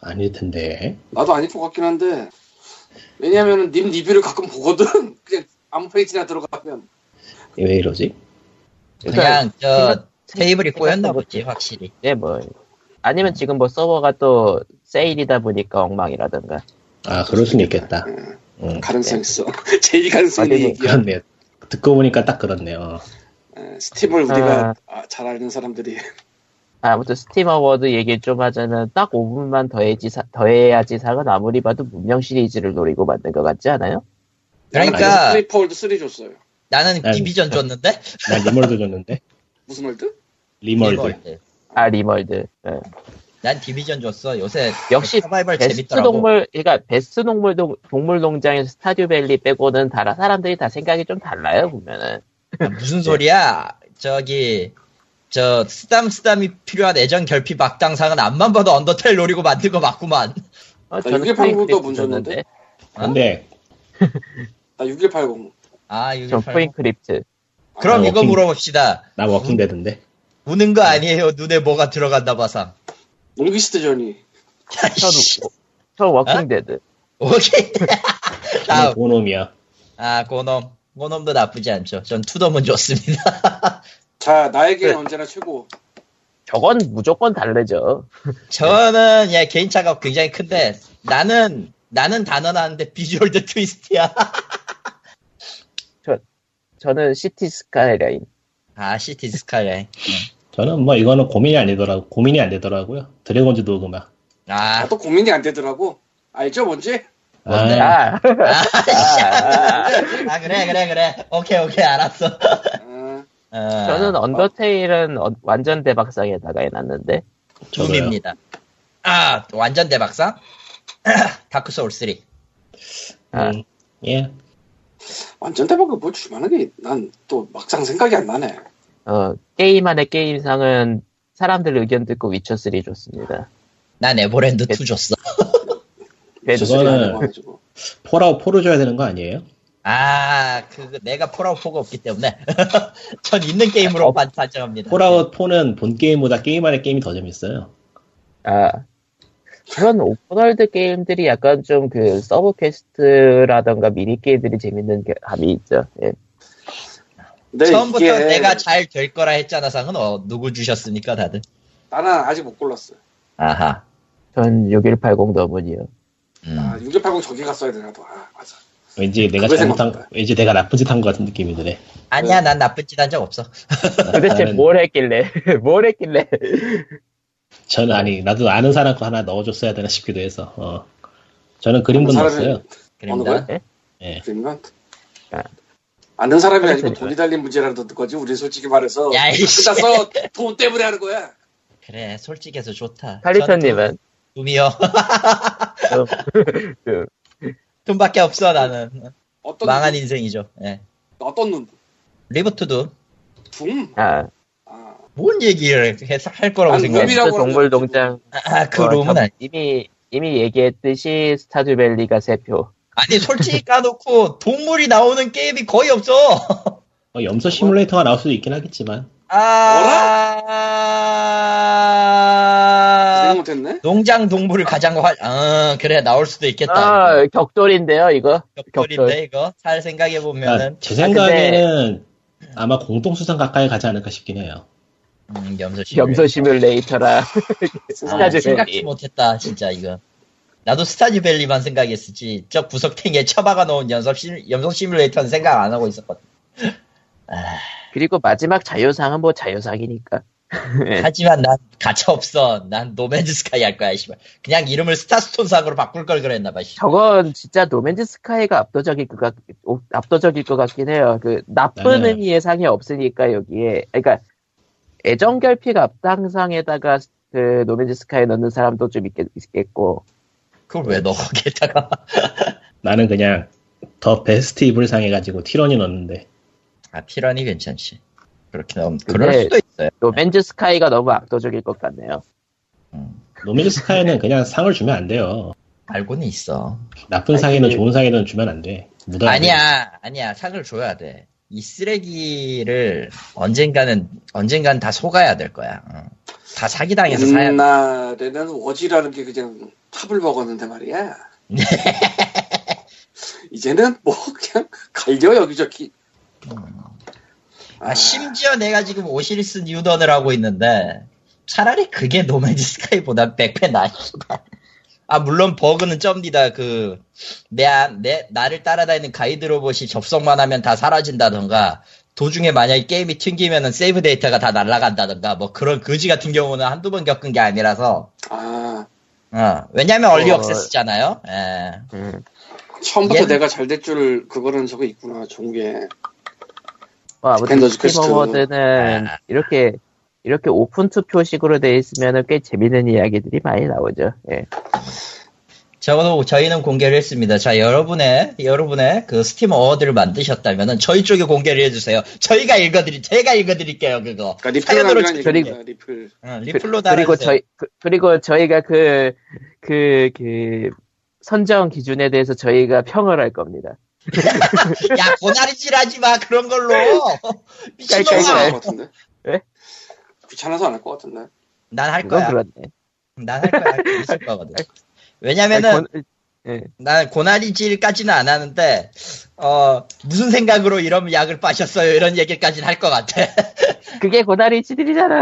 아닐 텐데 나도 아닐 것 같긴 한데 왜냐면은 님 리뷰를 가끔 보거든. <laughs> 그냥 아무 페이지나 들어가면 왜 이러지? 그냥, 저, 테이블이 생각- 꼬였나 보지, 확실히. 예, 뭐 아니면 지금 뭐 서버가 또 세일이다 보니까 엉망이라든가. 아 그럴 수는 있겠다 음, 가능성 있어. <laughs> 제일 가능성 아니, 있는 얘기야. 그렇네요 듣고 보니까 딱 그렇네요 예, 스팀을 우리가 아, 잘 아는 사람들이 아, 무튼 스팀 어워드 얘기 좀 하자면 딱 5분만 더해지 사- 더해야지 상은 아무리 봐도 문명 시리즈를 노리고 만든 것 같지 않아요? 그러니까- 스리퍼월드 3 줬어요. 나는 난- 디비전 줬는데? 난 리멀드 줬는데 무슨 월드? 리멀드 리볼트. 아 리멀드. 예. 난 디비전 줬어. 요새 역시 서바이벌 베스트 재밌더라고. 동물, 그러니까 베스트 동물 동, 동물 농장의 스타듀밸리 빼고는 달아 사람들이 다 생각이 좀 달라요 보면은. 아, 무슨 소리야? 저기 저 쓰담 쓰담이 필요한 애정 결핍 악당상은 앞만 봐도 언더텔 노리고 만든 거 맞구만. 어, 나6.18 프링크리프 아, 문제였는데. 근데 나 6180. 아 전 이거 프링 크립트. 그럼 아, 이거 워킹- 물어봅시다. 나 워킹데드인데 우는 거 아니에요? 눈에 뭐가 들어갔나 봐서. 롱기스트 전이 아이씨. <laughs> 첫, 첫 워킹데드. <laughs> 오케이. <laughs> 아, 다음. 고놈이야 아 고놈. 고놈도 나쁘지 않죠. 전 투덤은 좋습니다. <laughs> 자 나에게는 네. 언제나 최고. 저건 무조건 달래죠. 저는 예 개인차가 굉장히 큰데 나는 나는 단언하는데 비주얼드 트위스트야. <laughs> 저는 시티 스카이라인. 아 시티 스카이라인. 저는 뭐 이거는 고민이 아니더라고 고민이 안 되더라고요 드래곤즈도 그만 아 <laughs> 나도 고민이 안 되더라고. 알죠 뭔지? 뭔데? 아, 아, 아, 아 그래 그래 그래 오케이 오케이 알았어 아, 어, 저는 언더테일은 어- 완전 대박상에다가 해놨는데. 저도요. 둠입니다 아 완전 대박상 <clears throat> 다크 소울 3 아, 음, 예. 완전 대박을 보여줄 만한 게 난 또 막상 생각이 안 나네. 어, 게임 안에 게임상은 사람들 의견 듣고 위쳐3 좋습니다. 난 에버랜드 네. 2 줬어 네, 소리 저거는- 하는 거 가지고. 포라우 포를 줘야 되는 거 아니에요? 아 그거 내가 폴아웃 4가 없기 때문에 <laughs> 전 있는 게임으로 어, 반 판정합니다 포라우 포는 본 게임보다 게임 안에 게임이 더 재밌어요. 아, 그런 오픈월드 게임들이 약간 좀 그 서브 퀘스트라던가 미니게임들이 재밌는 게- 감이 있죠. 예. 근데 처음부터 이게 내가 잘 될 거라 했잖아 상은 어, 누구 주셨습니까 다들 나는 아직 못 골랐어. 아하 전 6180 더문이요. 음. 아, 680 저기 갔어야 되나 봐. 아, 맞아. 왠지 내가 그거 잘못한, 생각보다. 왠지 내가 나쁜 짓 한 것 같은 느낌이 드네. 그 아니야 난 나쁜 짓 한 적 없어 <laughs> 도대체 나는- 뭘 했길래, <laughs> 뭘 했길래. 저는 아니, 나도 아는 사람 거 하나 넣어줬어야 되나 싶기도 해서, 어. 저는 그림도 사람이- 넣었어요. 그럽니다 거야? 네. 예. 그러면 아. 아는 사람이 아니고 그러니까. 돈이 달린 문제라는 거지. 우리 솔직히 말해서 야, 이씨. 혼자서 돈 때문에 하는 거야. 그래 솔직해서 좋다 칼리터님은. 둠이요 <laughs> <laughs> 좀- 좀- 돈밖에 없어 나는 어떤 망한 놈? 인생이죠. 예. 어떤 놈? 리부트도 붐? 아, 아, 뭔 얘기를 해서 할 거라고 난 생각해. 붐이라- 몬스터 예, 동물 농장 아, 그 어, 룸은 전- 아니. 이미 이미 얘기했듯이 스타듀밸리가 세 표. 아니, 솔직히 까놓고 동물이 나오는 게임이 거의 없어. <laughs> 어, 염소 시뮬레이터가 나올 수도 있긴 하겠지만 아. 생각 못했네. 농장 동물을 가장 화, 아, 그래, 나올 수도 있겠다. 아, 이거. 격돌인데요, 이거. 격돌인데, 이거? 잘 생각해보면은, 그러니까 제 생각에는 아마 공동 수상 가까이 가지 않을까 싶긴 해요. 음, 염소시. 아, 염소 <laughs> 시뮬레이터라 아, 스타듀밸리. 생각지 못했다, 진짜, 이거. 나도 스타듀밸리만 생각했었지. 저 구석탱이에 처박아 놓은 염소, 시, 염소 시뮬레이터는 생각 안 하고 있었거든. 아, 그리고 마지막 자유상은 뭐 자유상이니까. <laughs> 네. 하지만 난 가차 없어. 난 노맨즈 스카이 할 거야, 씨발. 그냥 이름을 스타스톤 상으로 바꿀 걸 그랬나봐, 씨. 저건 진짜 노맨즈 스카이가 압도적일 것 같, 오, 압도적일 것 같긴 해요. 그 나쁜 나는- 의미의 상이 없으니까 여기에, 그러니까 애정 결핍 앞당상에다가 그 노맨즈 스카이 넣는 사람도 좀 있겠, 있겠고. 그걸 왜 넣어, 게다가. 나는 그냥 더 베스트 이블 상 해가지고 티런이 넣는데 아, 피런이 괜찮지. 그렇게 나오면, 근데- 그럴 수도 있어요. 노맨즈 스카이가 너무 압도적일 것 같네요. 노미드 스카이는 그냥 상을 주면 안 돼요. 알고는 있어. 나쁜 아니, 상이든 그- 좋은 상이든 주면 안 돼. 네, 묻어야 돼. 아니야, 아니야. 상을 줘야 돼. 이 쓰레기를 언젠가는, 언젠간 다 속아야 될 거야. 응. 다 사기당해서 사야 돼. 옛날에는 워지라는 게 그냥 탑을 <laughs> 먹었는데 말이야. 이제는 뭐 그냥 갈려 여기저기. 아, 심지어 내가 지금 오시리스 뉴던을 하고 있는데, 차라리 그게 노맨즈 스카이보다 100배 나다 아, 물론 버그는 점디다. 그, 내, 안- 내, 나를 따라다니는 가이드 로봇이 접속만 하면 다 사라진다던가, 도중에 만약에 게임이 튕기면은 세이브 데이터가 다 날아간다던가, 뭐 그런 거지 같은 경우는 한두 번 겪은 게 아니라서, 아, 어, 왜냐면 얼리 어. 억세스잖아요. 예. 음. 처음부터 얘는- 내가 잘 될 줄 그거는 저거 있구나 좋은 게. 뭐 아무튼 스탠더즈 스팀 퀘스트. 어워드는 아. 이렇게 이렇게 오픈 투표식으로 돼 있으면 꽤 재밌는 이야기들이 많이 나오죠. 예. 적어도 저희는 공개를 했습니다. 자, 여러분의, 여러분의 그 스팀 어워드를 만드셨다면은 저희 쪽에 공개를 해주세요. 저희가 읽어드릴, 제가 읽어드릴게요, 그거. 그러니까 리플 사연으로 남기란 주- 얘기입니다. 리플. 응, 그- 리플로 그리고 달아주세요. 저희 그, 그리고 저희가 그 그, 그 선정 기준에 대해서 저희가 평을 할 겁니다. 야, 고나리질 하지 마, <laughs> 그런 걸로. 깔깔. 미친놈아. 귀찮아서 안할것 같은데. 예? 귀찮아서 안 할 것 같은데. 난 할 그건 거야. 그렇네. 난 할 거야. 있을 거거든. 아니, 왜냐면은, 권- 예. 난 고나리질까지는 안 하는데, 어, 무슨 생각으로 이런 약을 빠셨어요? 이런 얘기까지는 할 <laughs> 것 같아. 그게 고다리 치들이잖아.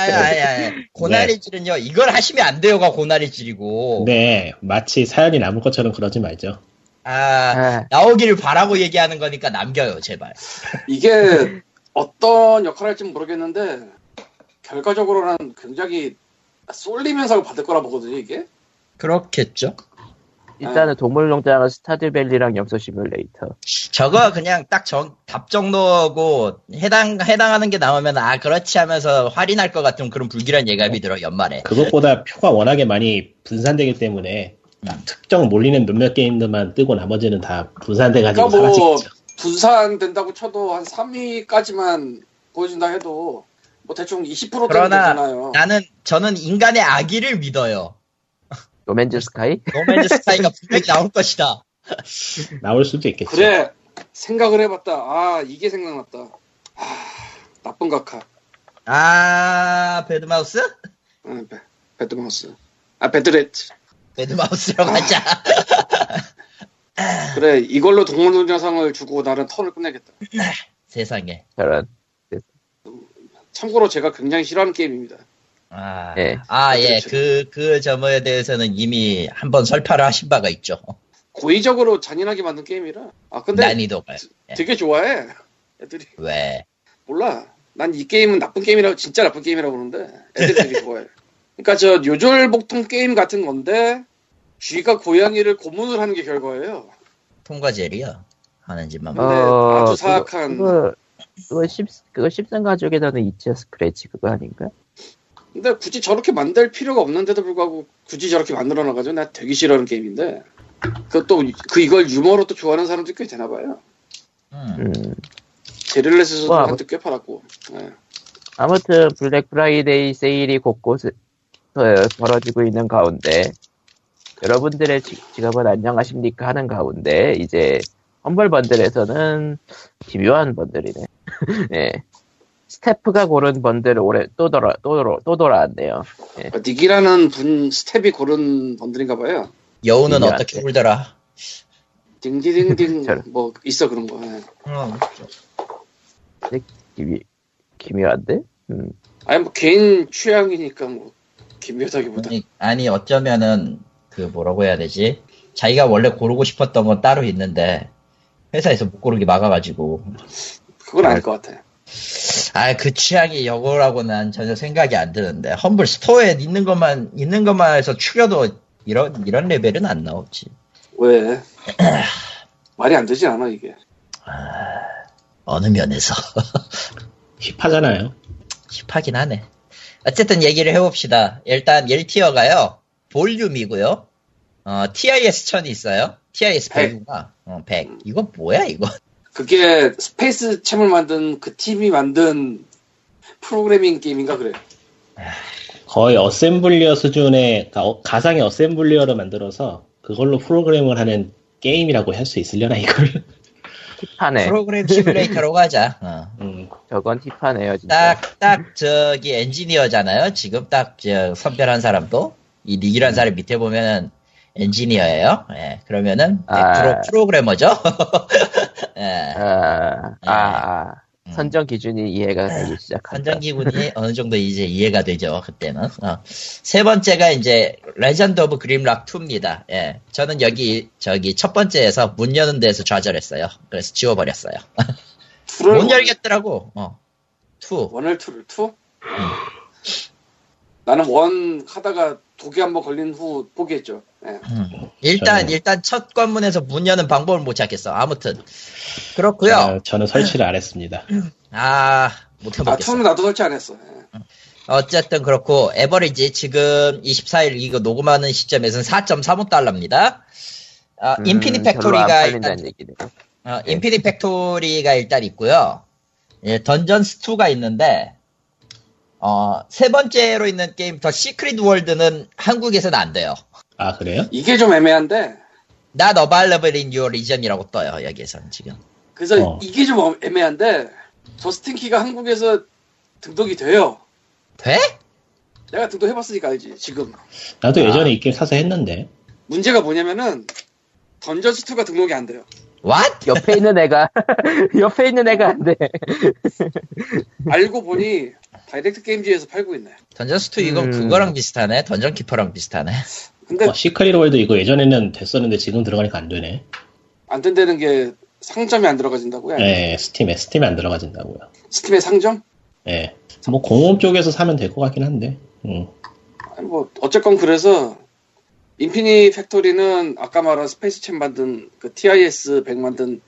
아니, 아니, 아니. 고나리질은요, 이걸 하시면 안 돼요가 어. 고나리질이고. 근데 네, 마치 사연이 남을 것처럼 그러지 말죠. 아, 아, 나오기를 바라고 얘기하는 거니까 남겨요, 제발. 이게 어떤 역할을 할지 모르겠는데 결과적으로는 굉장히 쏠리면서 받을 거라 보거든요 이게 그렇겠죠? 일단은 동물농장은 스타듀밸리랑 염소 시뮬레이터. 저거 그냥 딱 정, 답 정도고 해당, 해당하는 게 나오면 아, 그렇지 하면서 활이 날 것 같은 그런 불길한 예감이 들어, 연말에. 그것보다 표가 워낙에 많이 분산되기 때문에 음. 딱 특정 몰리는 몇몇 게임들만 뜨고 나머지는 다 분산돼가지고 그러니까 뭐- 사라지겠죠. 분산된다고 쳐도 한 3위까지만 보여준다 해도 뭐 대충 20% 때문에 그러나 되잖아요 나는, 저는 인간의 아기를 믿어요. 노맨즈 스카이? 노맨즈 <laughs> 스카이가 분명히 나올 것이다. 나올 수도 있겠죠. 그래 생각을 해봤다 아 이게 생각났다 아 나쁜 각하 아, 배드마우스? 응, 아, 배- 배드마우스 아 배드레츠 배드마우스로 가자. <laughs> 그래 이걸로 동물농장상을 주고 나는 턴을 끝내겠다 세상에. 저런. 참고로 제가 굉장히 싫어하는 게임입니다 아, 예. 아, 예. 그, 그 점에 대해서는 이미 한번 설파를 하신 바가 있죠. 고의적으로 잔인하게 만든 게임이라 아 근데 난이도가. 예. 되게 좋아해 애들이 왜? 몰라. 난 이 게임은 나쁜 게임이라고 진짜 나쁜 게임이라고 보는데 애들이 되게 좋아해. 그러니까 저 요절복통 게임 같은 건데 쥐가 고양이를 고문을 하는 게 결과예요. 통과 젤이요. 하는 집만. 뭐? 어. 봐. 아주 사악한- 그거, 그거, 십, 그거 십승 가족에서는 이치어 스크래치 그거 아닌가? 근데 굳이 저렇게 만들 필요가 없는데도 불구하고 굳이 저렇게 만들어 놔가지고 나 되게 싫어하는 게임인데 그것도 그 이걸 유머로 또 좋아하는 사람들 꽤 되나 봐요. 음. 음. 제를렛에서도 와, 한때 꽤 팔았고. 예. 아무튼 블랙 프라이데이 세일이 곳곳에 벌어지고 있는 가운데 여러분들의 지- 지갑은 안녕하십니까 하는 가운데 이제 험벌 번들에서는 기묘한 번들이네. <laughs> 예. 스태프가 고른 번들 올해 또 돌아 또, 돌아, 또 돌아왔네요. 아, 닉이라는 분 스텝이 고른 번들인가 봐요. 여우는 이해가 어떻게 안 돼. 울더라? 딩디딩딩 저런. 뭐 있어 그런 거. 예. 음. 기묘 기묘한데? 음. 아니 뭐 개인 취향이니까 뭐 기묘하다기보다 아니, 아니, 어쩌면은 그 뭐라고 해야 되지? 자기가 원래 고르고 싶었던 건 따로 있는데 회사에서 못 고르게 막아가지고 그건 네. 아닐 것 같아. 아 그 취향이 여고라고 난 전혀 생각이 안 드는데 험블 스토어에 있는 것만 있는 것만 해서 추려도 이런 이런 레벨은 안 나오지. 왜 <clears throat> 말이 안 되지 않아 이게. 어느 면에서 <laughs> 힙하잖아요. 힙하긴 하네. 어쨌든 얘기를 해봅시다. 일단 1티어가요. 볼륨이고요. 어, TIS 천이 있어요. TIS 100이구나. 어, 100. 이거 뭐야 이거? 그게 스페이스 챔을 만든 그 팀이 만든 프로그래밍 게임인가 그래. 거의 어셈블리어 수준의 가- 어, 가상의 어셈블리어를 만들어서 그걸로 프로그램을 하는 게임이라고 할 수 있으려나 이걸? <laughs> 팁하네. <laughs> 프로그램 시뮬레이터로 가자. 어. 음, 저건 팁하네요 진짜. 딱, 딱, 저기, 엔지니어잖아요. 지금 딱, 저, 선별한 사람도. 이 닉이라는 사람 밑에 보면은, 엔지니어예요. 예, 그러면은, 100% 아. 프로그래머죠. 예. 아, 아, 아. 음. 선정 기준이 이해가 되기 시작한다. 네. 선정 기분이 어느 정도 이제 이해가 되죠, 그때는. 어. 세 번째가 이제, 레전드 오브 그림락 2입니다. 예. 저는 여기, 저기, 첫 번째에서 문 여는 데에서 좌절했어요. 그래서 지워버렸어요. <laughs> 투를 못 열겠더라고, 어. 2. 원을 투를 투? 나는 원 하다가 독이 한 번 걸린 후 포기했죠. 예. 음. 일단 저는- 일단 첫 관문에서 문 여는 방법을 못 찾겠어. 아무튼 그렇고요. 아, 저는 설치를 안 했습니다. 아 못해 아 투는 먹겠어. 나도 설치 안 했어. 예. 어쨌든 그렇고 에버리지 지금 24일 이거 녹음하는 시점에서는 4.35달러입니다. 아, 음, 인피니 별로 안 팩토리가 일단 팔린다는 얘기네. 어, 인피니 팩토리가 일단 있고요. 예, 던전스 2가 있는데 어, 세 번째로 있는 게임 더 시크릿 월드는 한국에서는 안 돼요. 아 그래요? 이게 좀 애매한데 Not available in your region이라고 떠요 여기에서는 지금. 그래서 어. 이게 좀 어- 애매한데 저스틴키가 한국에서 등록이 돼요. 돼? 내가 등록해봤으니까 알지 지금. 나도 아. 예전에 이 게임 사서 했는데 문제가 뭐냐면은 던전스2가 등록이 안 돼요. What? 옆에 있는 애가 <laughs> 옆에 있는 애가 안 돼. <laughs> 알고 보니 다이렉트 게임즈에서 팔고 있네. 던전 스투 이건 음. 그거랑 비슷하네. 던전 키퍼랑 비슷하네. 근데 어, 시크릿 월드 이거 예전에는 됐었는데 지금 들어가니까 안 되네. 안 된다는 게 상점이 안 들어가진다고요? 예, 스팀에 스팀에 안 들어가진다고요. 스팀의 상점? 예, 뭐 공홈 쪽에서 사면 될 것 같긴 한데. 음. 아니, 뭐 어쨌건 그래서 인피니 팩토리는 아까 말한 스페이스 챔 만든 그 TIS 100 만든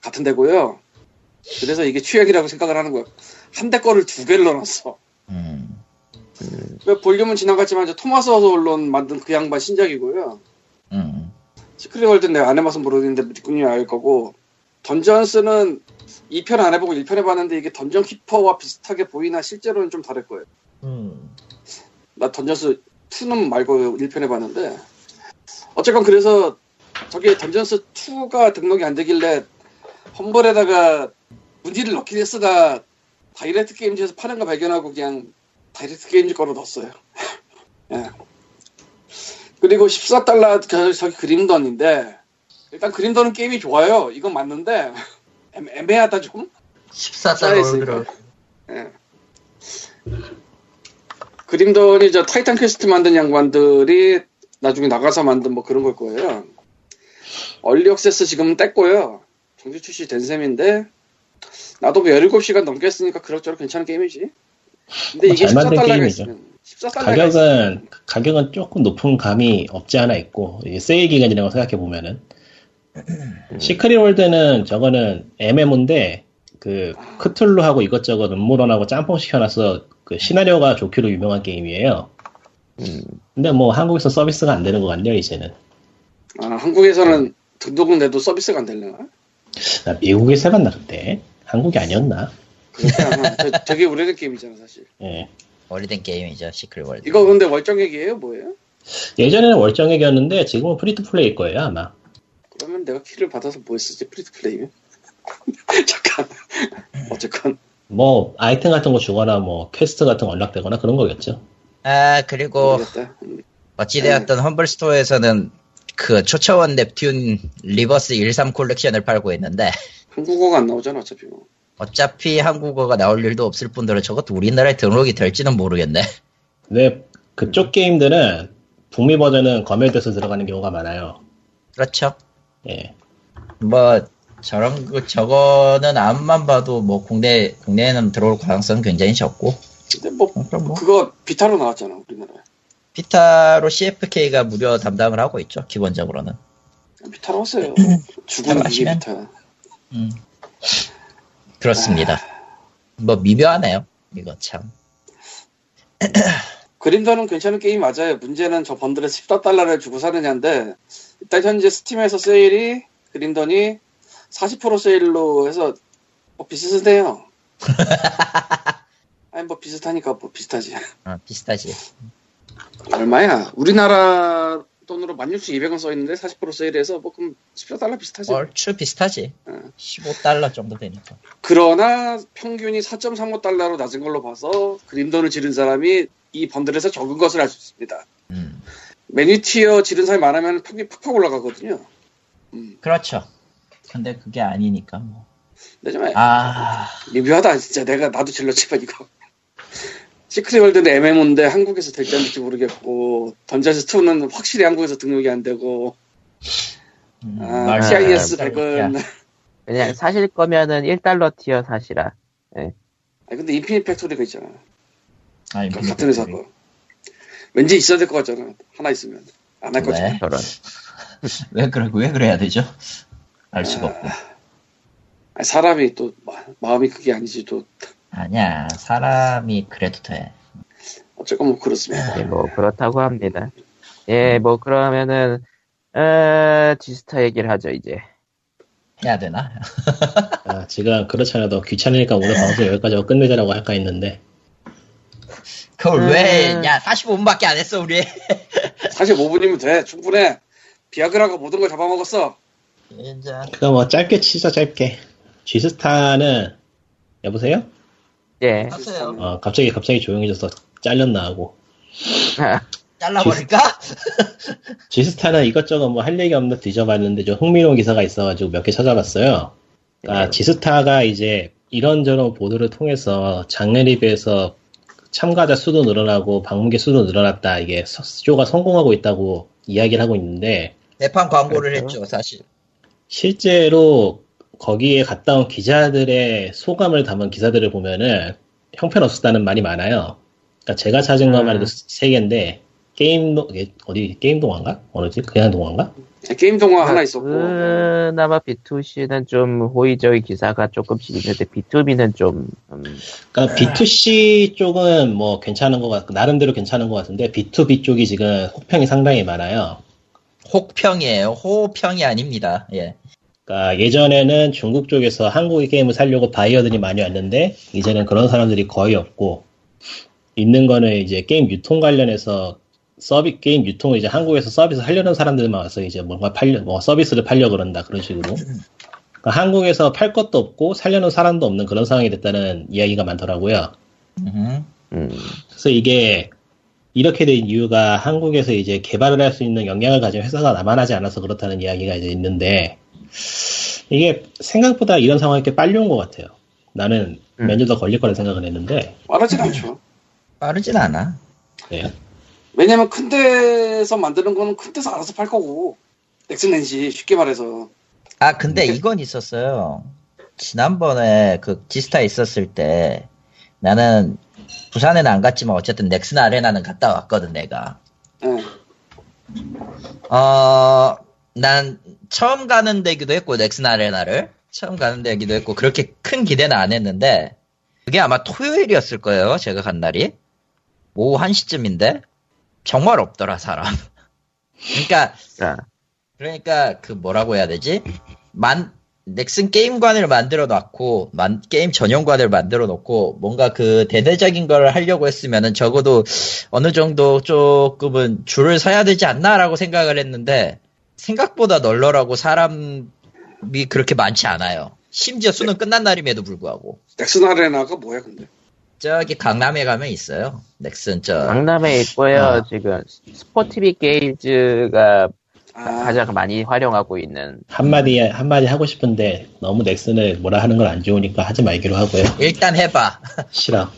같은 데고요. 그래서 이게 취약이라고 생각을 하는 거야. 한 대 거를 두 개를 넣어놨어. 음. 왜 볼륨은 지나갔지만 저 토마스 어서 언론 만든 그 양반 신작이고요. 음. 시크릿 월드 내가 안 해봐서 모르겠는데 니꾼이 알 거고 던전스는 2편 안 해보고 1편 해봤는데 이게 던전 키퍼와 비슷하게 보이나 실제로는 좀 다를 거예요. 음. 나 던전스 2는 말고 1편 해봤는데 어쨌건 그래서 저기 던전스 2가 등록이 안 되길래 험벌에다가 문의를 넣긴 했으나 다이렉트 게임즈에서 파는 거 발견하고 그냥 다이렉트 게임즈 거로 넣었어요. <laughs> 예. 그리고 14달러 그, 저기 그림던인데 일단 그림던은 게임이 좋아요. 이건 맞는데 <laughs> 애- 애매하다 좀. 14달러. 그림던이 저 타이탄 퀘스트 만든 양반들이 나중에 나가서 만든 뭐 그런 걸 거예요. 얼리 억세스 지금은 뗐고요. 정규 출시된 셈인데 나도 뭐 17시간 넘겠으니까 그럭저럭 괜찮은 게임이지. 근데 이게 잘 만든 14달러가 게임이죠. 있으면 14달러가 가격은 가격은 조금 높은 감이 없지 않아 있고 이게 세일 기간이라고 생각해 보면은 시크릿 월드는 저거는 MMO인데 그 크툴루하고 이것저것 음모론하고 짬뽕 시켜놔서 그 시나리오가 좋기로 유명한 게임이에요. 음, 근데 뭐 한국에서 서비스가 안 되는 것 같네요 이제는. 아, 한국에서는 등록은 내도 서비스가 안 되려나? 나 미국에서 해봤나 그때 한국이 아니었나 그렇게 <laughs> 하면 되- 되게 오래된 게임이잖아 사실. 예. 오래된 게임이죠 시크릿 월드. 이거 근데 월정 얘기예요 뭐예요? 예전에는 월정액이었는데 지금은 프리투 플레이일 거예요 아마 그러면 내가 키를 받아서 뭐 했었지 프리트 플레이면? <laughs> 잠깐 어쨌건 뭐 아이템 같은 거 주거나 뭐 퀘스트 같은 거 연락되거나 그런 거겠죠 아 그리고 모르겠다. 음, 어찌되었든 험블 스토어에서는 그 초차원 넵튠 리버스 13 콜렉션을 팔고 있는데 한국어가 안 나오잖아 어차피 뭐. 어차피 한국어가 나올 일도 없을 뿐더러 저것도 우리나라에 등록이 될지는 모르겠네. 근데 그쪽 게임들은 북미 버전은 검열돼서 들어가는 경우가 많아요 그렇죠. 예. 뭐 저런 거 저거는 암만 봐도 뭐 국내 국내에는 들어올 가능성은 굉장히 적고 근데 뭐 그럼 뭐 그거 비타로 나왔잖아 우리나라에. 피타로 CFK가 무료 담당을 하고 있죠 기본적으로는. 비타로 하세요. 죽은 음. 비타로 이게 하시면? 비타. 음. 그렇습니다. 뭐 미묘하네요. 이거 참. 그림도는 괜찮은 게임 맞아요. 문제는 저 번들에 14달러를 주고 사느냐인데 일단 현재 스팀에서 세일이 그림돈이 40% 세일로 해서 <laughs> 뭐 비슷해요. 아니 뭐 비슷하니까 뭐 비슷하지. 어, 비슷하지. 얼마야? 우리나라 돈으로 16,200원 써 있는데 40% 세일해서 뭐 그럼 14달러 비슷하지. 얼추 비슷하지. 15달러 정도 되니까. 그러나 평균이 4.35달러로 낮은 걸로 봐서 그림돈을 지른 사람이 이 번들에서 적은 것을 알 수 있습니다. 음. 매니티어 지른 사람이 많으면 평균 팍팍 올라가거든요. 그렇죠. 근데 그게 아니니까 뭐. 근데 좀 아, 리뷰하다 진짜 내가 나도 질렀지만 이거 <laughs> 시크릿 월드는 MMO인데 한국에서 될지 안 될지 모르겠고 던전스 2는 확실히 한국에서 등록이 안 되고 음, 아, 말- CIS 말- 100은 야, 그냥 사실 거면은 1달러 티어 사시라. 아니, 근데 인피니트 팩토리가 있잖아 아니, 그 뭐, 같은 회사 거 왠지 있어야 될 것 같잖아 하나 있으면 안 할 거잖아 네. 저런. 왜 그래? 왜 그래야 되죠? 알 아. 수가 없고. 아니, 사람이 또 마, 마음이 그게 아니지 또 아니야. 사람이 그래도 돼. 어쨌건 뭐 그렇습니다 네, 뭐 그렇다고 합니다. 예, 뭐 그러면은 어, 지스타 얘기를 하죠 이제. 해야 되나? <laughs> 아, 제가 그렇잖아도 귀찮으니까 오늘 방송 여기까지 하고 끝내자라고 할까 했는데 그걸 왜? 음. 야, 45분밖에 안 했어 우리. <laughs> 45분이면 돼 충분해 비아그라가 모든 걸 잡아먹었어 이제 그거 뭐 짧게 치자 짧게 G스타는 여보세요? 예. 하세요. 음. 어, 갑자기 갑자기 조용해져서 잘렸나 하고 잘라버릴까? <laughs> G스타는 이것저것 뭐 할 얘기 없는 뒤져봤는데 좀 흥미로운 기사가 있어가지고 몇 개 찾아봤어요 아, 지스타가 이제 이런저런 보도를 통해서 작년에 비해서 참가자 수도 늘어나고 방문객 수도 늘어났다 이게 서- 수조가 성공하고 있다고 이야기를 하고 있는데 대판 광고를 그렇죠. 했죠 사실. 실제로 거기에 갔다 온 기자들의 소감을 담은 기사들을 보면은 형편없었다는 말이 많아요. 그러니까 제가 찾은 것만 해도 음. 세 개인데 게임 동 어디 게임 동화인가 어디지 그냥 동화인가 네, 게임 동화 <laughs> 하나 있었고 네. 그나마 B2C는 좀 호의적인 기사가 조금씩 있는데 B2B는 좀 음, 그러니까 B2C 쪽은 뭐 괜찮은 것 같고 나름대로 괜찮은 것 같은데 B2B 쪽이 지금 혹평이 상당히 많아요. 혹평이에요. 호평이 아닙니다. 예. 그러니까 예전에는 중국 쪽에서 한국의 게임을 살려고 바이어들이 많이 왔는데 이제는 그런 사람들이 거의 없고 있는 거는 이제 게임 유통 관련해서 서비 게임 유통을 이제 한국에서 서비스 하려는 사람들만 와서 이제 뭔가 팔려 뭐 서비스를 팔려 그런다 그런 식으로 그러니까 한국에서 팔 것도 없고 살려는 사람도 없는 그런 상황이 됐다는 이야기가 많더라고요. 음. 음, 그래서 이게 이렇게 된 이유가 한국에서 이제 개발을 할 수 있는 역량을 가진 회사가 남아나지 않아서 그렇다는 이야기가 이제 있는데 이게 생각보다 이런 상황이 꽤 빨리 온 것 같아요. 나는 음. 몇 년 더 걸릴 거라 생각을 했는데 말하진 않죠 빠르진 않아. 네. 왜냐면 큰 데서 만드는 거는 큰 데서 알아서 팔 거고 넥슨렌지 쉽게 말해서 아 근데 이건 있었어요. 지난번에 그 지스타 있었을 때 나는 부산에는 안 갔지만 어쨌든 넥슨 아레나는 갔다 왔거든 내가. 예. 어, 어난 처음 가는 데기도 했고 넥슨 아레나를 처음 가는 데기도 했고 그렇게 큰 기대는 안 했는데 그게 아마 토요일이었을 거예요 제가 간 날이 오후 1시쯤인데 정말 없더라 사람. <laughs> 그러니까 자, 그러니까 그 뭐라고 해야 되지? 만 넥슨 게임관을 만들어 놨고 만 게임 전용관을 만들어 놓고 뭔가 그 대대적인 걸 하려고 했으면은 적어도 어느 정도 조금은 줄을 서야 되지 않나라고 생각을 했는데 생각보다 널널하고 사람이 그렇게 많지 않아요. 심지어 수능 끝난 날임에도 불구하고 넥슨 아레나가 뭐야 근데? 저기 강남에 가면 있어요. 넥슨 저 강남에 있고요. 아. 지금 스포티비 게이즈가 아, 가장 많이 활용하고 있는 한마디, 한마디 하고 싶은데 너무 넥슨을 뭐라 하는 건 안 좋으니까 하지 말기로 하고요. 일단 해봐 <laughs> 싫어.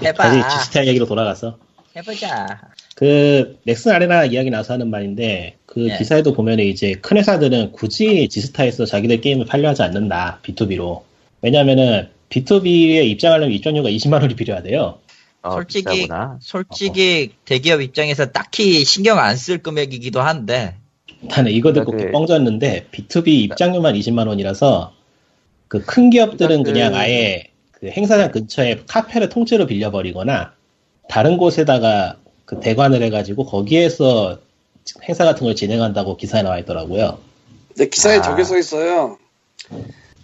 해봐 다시 지스타 얘기로 돌아가서. 해보자. 그 넥슨 아레나 이야기 나서 하는 말인데 그 예. 기사에도 보면 이제 큰 회사들은 굳이 지스타에서 자기들 게임을 팔려 하지 않는다 B2B로 왜냐면은 B2B에 입장하려면 입장료가 20만 원이 필요하대요 어, 솔직히- 비싸구나. 솔직히 대기업 입장에서 딱히 신경 안 쓸 금액이기도 한데 일단 이거 듣고 그러니까 그- 뻥졌는데 B2B 입장료만 20만 원이라서 그 큰 기업들은 그러니까 그- 그냥 아예 그 행사장 근처에 카페를 통째로 빌려버리거나 다른 곳에다가 그 대관을 해가지고 거기에서 행사 같은 걸 진행한다고 기사에 나와 있더라고요 내 기사에 아. 저게 써 있어요.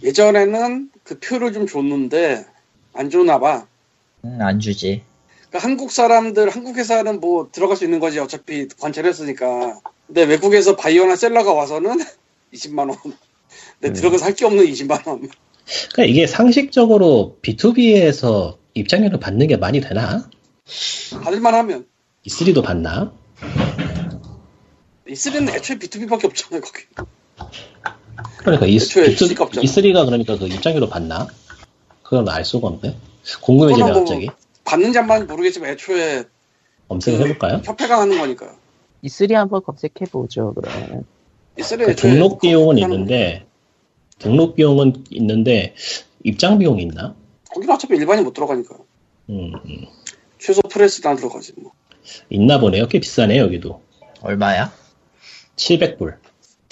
예전에는 그 표를 좀 줬는데 안 줬나 봐. 음, 안 주지. 그러니까 한국 사람들, 한국 회사는 뭐 들어갈 수 있는 거지 어차피 관찰했으니까. 근데 외국에서 바이오나 셀러가 와서는 <laughs> 20만 원. 근데 음. 들어가서 할 게 없는 20만 원. 그러니까 이게 상식적으로 B2B에서 입장료를 받는 게 많이 되나? 받을만 하면. E3도 받나? 아. E3는 애초에 B2B밖에 없잖아요 거기. 그러니까 E- 애초에 B2B, 수익이 없잖아. E3가 그러니까 그 입장료로 받나? 그건 알 수가 없네. 궁금해지네 그거는 뭐 갑자기. 받는지 안 받는지 모르겠지만 애초에 그 검색을 해볼까요? 그 협회가 하는 거니까요. E3 한번 검색해 보죠. 그러면 E3 그 애초에 등록 비용은 하는 있는데 등록 비용은 있는데 입장 비용이 있나? 거기는 어차피 일반인 못 들어가니까. 음, 음. 최소 프레스도 안 들어가지 뭐. 있나 보네요. 꽤 비싸네 여기도. <laughs> 얼마야? 700불.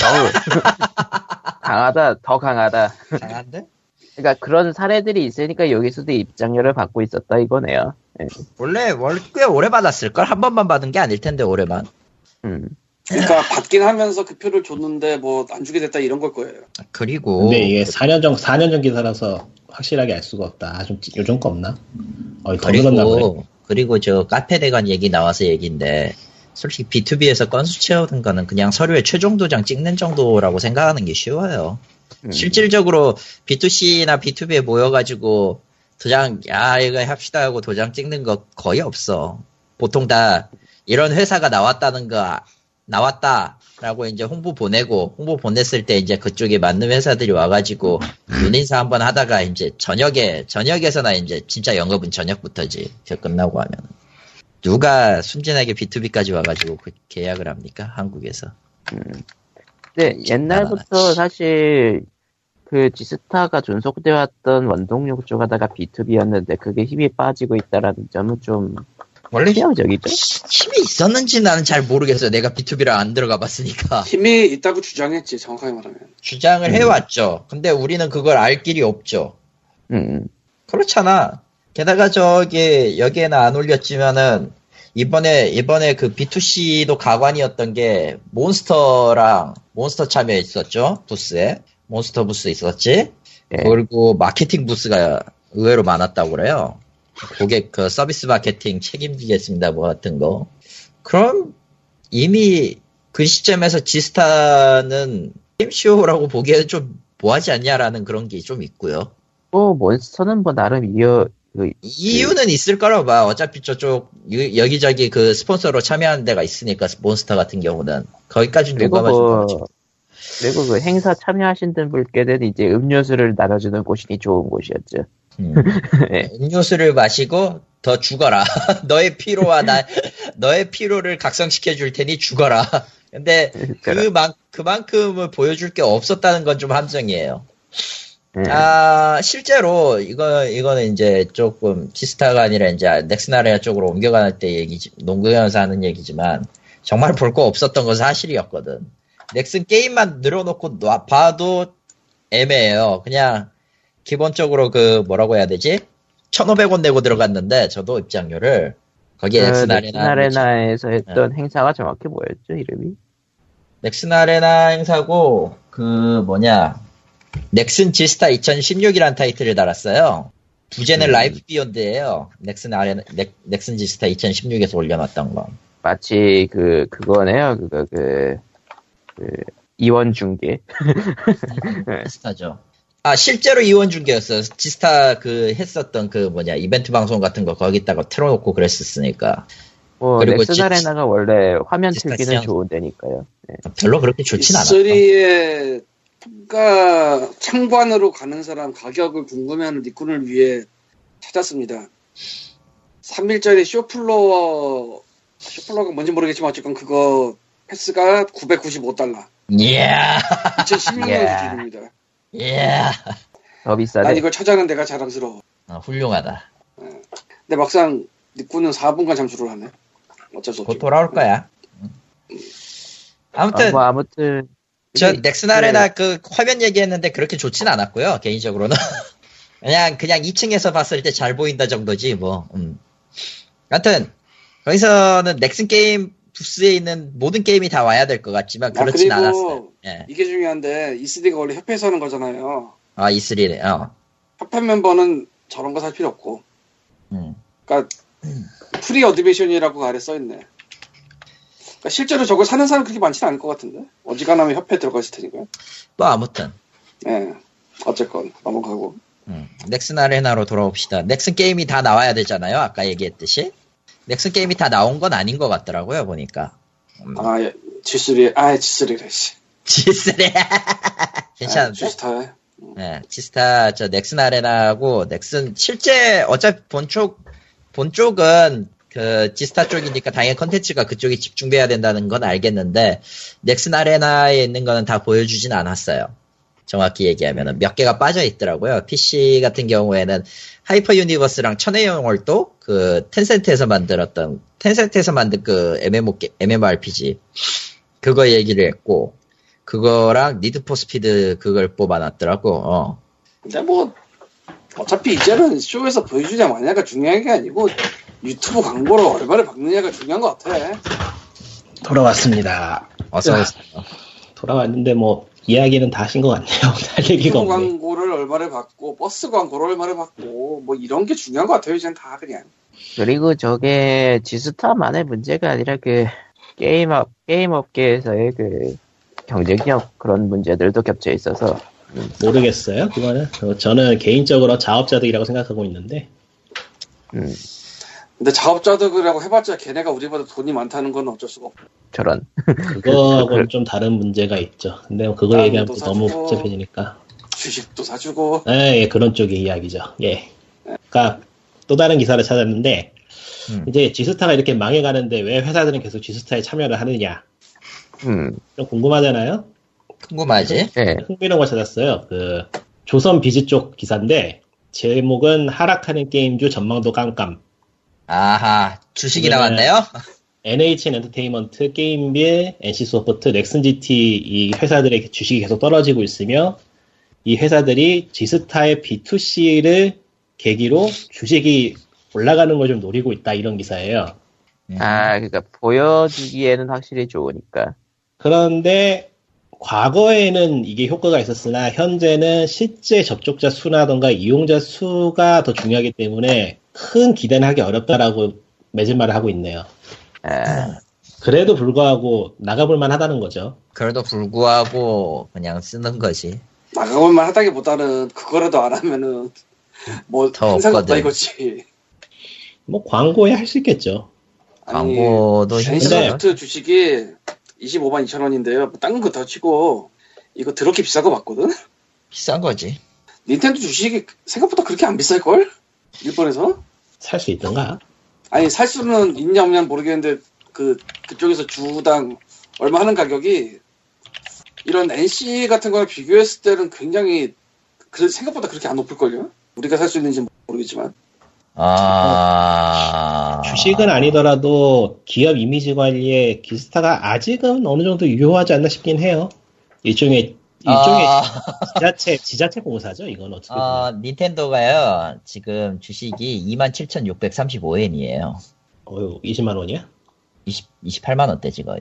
어우. 강하다, 더 강하다. 강한데? 그러니까 그런 사례들이 있으니까 여기서도 입장료를 받고 있었다 이거네요. 예. 원래 월 꽤 오래 받았을 걸 한 번만 받은 게 아닐 텐데 오래만. 음. <laughs> 그러니까 받긴 하면서 그 표를 줬는데 뭐 안 주게 됐다 이런 걸 거예요. 그리고 근데 이게 4년 전 4년 전 기사라서 확실하게 알 수가 없다. 아, 좀 찌- 요즘 거 없나? 어, 더 늘었나 보네. 그리고 그리고 저 카페 대관 얘기 나와서 얘기인데 솔직히 B2B에서 건수 채우는 거는 그냥 서류에 최종 도장 찍는 정도라고 생각하는 게 쉬워요. 음. 실질적으로 B2C나 B2B에 모여가지고 도장 야 이거 합시다 하고 도장 찍는 거 거의 없어. 보통 다 이런 회사가 나왔다는 거 아, 나왔다라고 이제 홍보 보내고 홍보 보냈을 때 이제 그쪽에 맞는 회사들이 와가지고 눈인사 한번 하다가 이제 저녁에 저녁에서나 이제 진짜 영업은 저녁부터지 그 끝나고 하면 누가 순진하게 B2B까지 와가지고 그 계약을 합니까 한국에서 근데 옛날부터 사실 그 지스타가 존속돼 왔던 원동력 쪽 하다가 B2B였는데 그게 힘이 빠지고 있다라는 점은 좀 원래 희망적이죠. 힘이 있었는지 나는 잘 모르겠어요 내가 B2B랑 안 들어가 아. 봤으니까 힘이 있다고 주장했지 정확하게 말하면. 주장을 해왔죠. 근데 우리는 그걸 알 길이 없죠. 음. 그렇잖아. 게다가 저기 여기에는 안 올렸지만은 이번에 이번에 그 B2C도 가관이었던 게 몬스터랑 몬스터 참여했었죠 부스에 몬스터 부스 있었지 예. 그리고 마케팅 부스가 의외로 많았다고 그래요. 고객 그 서비스 마케팅 책임지겠습니다 뭐 같은 거. 그럼 이미 그 시점에서 지스타는 게임쇼라고 보기에는 좀 뭐하지 않냐라는 그런 게 좀 있고요. 뭐 몬스터는 뭐 나름 이어 그 이유는 있을 거라고 봐. 어차피 저쪽 유- 여기저기 그 스폰서로 참여하는 데가 있으니까 몬스터 같은 경우는 거기까지 그리고 누가 뭐, 죠 그리고 그 행사 참여하신 분께는 이제 음료수를 나눠주는 곳이 좋은 곳이었죠. <laughs> 예. 음료수를 마시고 더 죽어라. <laughs> 너의 피로와 <laughs> 나 너의 피로를 각성시켜 줄 테니 죽어라. 근데 그만 그만큼을 보여줄 게 없었다는 건 좀 함정이에요. 예. 아 실제로 이거 이거는 이제 조금 지스타가 아니라 이제 넥스나레아 쪽으로 옮겨갈 때 얘기지 농구연사 하는 얘기지만 정말 볼 거 없었던 건 사실이었거든. 넥슨 게임만 늘어놓고 놔- 봐도 애매해요. 그냥 기본적으로 그 뭐라고 해야 되지? 1,500원 내고 들어갔는데 저도 입장료를 거기에 그 네, 넥슨 넥슨 아레나 네. 아레나에서 했던 행사가 정확히 뭐였죠 이름이? 넥슨 아레나 행사고 그 뭐냐 넥슨 질스타 2016이라는 타이틀을 달았어요. 부제는 음. 라이브 비욘드예요. 넥슨 아레나 넥, 넥슨 질스타 2016에서 올려놨던 거. 마치 그 그거네요. 그거 그, 그 이원 중계. <laughs> 스타죠. 아 실제로 이원 중계였어요. 지스타 그 했었던 그 뭐냐 이벤트 방송 같은 거 거기다가 틀어놓고 그랬었으니까 뭐 그리고 넥슨 지- 아레나가 원래 화면 지스타 틀기는 시장. 좋은 데니까요. 네. 별로 그렇게 좋진 않았어. E3의 평가 창관으로 가는 사람 가격을 궁금해하는 니꾼을 위해 찾았습니다. 3일 전에 쇼플로어 쇼플로어가 뭔지 모르겠지만 어쨌건 그거 패스가 995달러 이야 <laughs> 2016년 예. Yeah. 기준입니다. 이야 더 난 비싸네. 이걸 찾아는 데가 자랑스러워. 아, 훌륭하다. 근데 막상 니꾼은 4분간 잠수를 하네. 어쩔 수 곧 없죠. 돌아올 거야. 아, 아무튼 뭐 아무튼 저 넥슨 아레나 네. 그 화면 얘기했는데 그렇게 좋진 않았고요 개인적으로는 <laughs> 그냥 그냥 2층에서 봤을 때 잘 보인다 정도지 뭐. 음. 하여튼 거기서는 넥슨 게임 부스에 있는 모든 게임이 다 와야 될 것 같지만 아, 그렇진 그리고 않았어요. 예. 이게 중요한데 E3가 원래 협회에서 하는 거잖아요. 아 E3네. 어. 협회 멤버는 저런 거 살 필요 없고 그러니까 음. 프리 어드미션이라고 아래 써있네. 그러니까 실제로 저걸 사는 사람 그렇게 많지는 않을 것 같은데 어지간하면 협회 들어가 있을 테니까. 뭐 아무튼 예. 어쨌건 넘어가고. 음. 넥슨 아레나로 돌아옵시다. 넥슨 게임이 다 나와야 되잖아요. 아까 얘기했듯이 넥슨 게임이 다 나온 건 아닌 것 같더라고요 보니까. <laughs> 음. 아 예. G3, 아 G3래. 씨. G3 <laughs> 아, 괜찮은데? G스타. 예, 지스타 저 넥슨 아레나하고 넥슨 실제 어차피 본쪽 본쪽은 그 지스타 쪽이니까 당연히 컨텐츠가 그쪽에 집중돼야 된다는 건 알겠는데 넥슨 아레나에 있는 거는 다 보여주진 않았어요. 정확히 얘기하면 몇 개가 빠져 있더라고요. PC 같은 경우에는 하이퍼 유니버스랑 천의 영월도 그 텐센트에서 만들었던 텐센트에서 만든 그 MMO 게- MMORPG 그거 얘기를 했고 그거랑 니드 포 스피드 그걸 뽑아놨더라고. 어. 근데 뭐 어차피 이제는 쇼에서 보여주냐 마냐가 중요한 게 아니고 유튜브 광고로 얼마를 받느냐가 중요한 것 같아. 돌아왔습니다. 어서 으아. 오세요. 돌아왔는데 뭐 이야기는 다 하신 것 같네요. <laughs> 할 유튜브 얘기가 없네. 광고를 얼마를 받고 버스 광고를 얼마를 받고 뭐 이런 게 중요한 것 같아요. 이제는 다 그냥. 그리고 저게 지스타만의 문제가 아니라 그 게임업 게임업계에서의 그 경쟁력 그런 문제들도 겹쳐 있어서 모르겠어요. 그거는 어, 저는 개인적으로 자업자득이라고 생각하고 있는데 음, 근데 자업자득이라고 해봤자 걔네가 우리보다 돈이 많다는 건 어쩔 수가 없고 저런 <laughs> 그거하고는 좀 다른 문제가 있죠. 근데 그걸 땅도 얘기하면 또 너무 사주고. 복잡해지니까. 주식도 사주고 예, 예, 그런 쪽의 이야기죠. 예. 그러니까 또 다른 기사를 찾았는데 음. 이제 지스타가 이렇게 망해가는데 왜 회사들은 계속 지스타에 참여를 하느냐 음, 좀 궁금하잖아요. 궁금하지? 예. 흥미로운 걸 찾았어요. 그 조선 비즈 쪽 기사인데 제목은 하락하는 게임주 전망도 깜깜. 아하 주식이 네. 나왔나요? NHN 엔터테인먼트, 게임빌, NC소프트, 넥슨 GT 이 회사들의 주식이 계속 떨어지고 있으며 이 회사들이 지스타의 B2C를 계기로 주식이 올라가는 걸 좀 노리고 있다 이런 기사예요. 아, 그러니까 보여주기에는 확실히 좋으니까. 그런데 과거에는 이게 효과가 있었으나 현재는 실제 접촉자 수라던가 이용자 수가 더 중요하기 때문에 큰 기대는 하기 어렵다라고 매진말을 하고 있네요. 음. 아, 그래도 불구하고 나가볼 만하다는 거죠. 그래도 불구하고 그냥 쓰는 거지. 나가볼만 하다기보다는 그거라도 안 하면은 뭐 더 항상 없다 없거든. 이거지 뭐 광고에 할 수 있겠죠. 아니 광고도 힘들어. NC소프트 주식이 25만 2천 원인데요 뭐 딴거더 치고 이거 더럽게 비싼 거 맞거든 비싼 거지. 닌텐도 주식이 생각보다 그렇게 안 비쌀걸? 일본에서? 살 수 있던가? 아니 살 수는 있냐 없냐는 모르겠는데 그 그쪽에서 주당 얼마 하는 가격이 이런 NC 같은 거랑 비교했을 때는 굉장히 그 생각보다 그렇게 안 높을걸요? 우리가 살 수 있는지 모르겠지만 아 주식은 아니더라도 기업 이미지 관리에 기스타가 아직은 어느 정도 유효하지 않나 싶긴 해요. 일종의 일종의 아, 지자체 지자체 공사죠. 이건 어떻게 보면 어, 닌텐도가요 지금 주식이 27,635엔이에요. 어휴, 20만 원이야? 20, 28만 원대지 거의.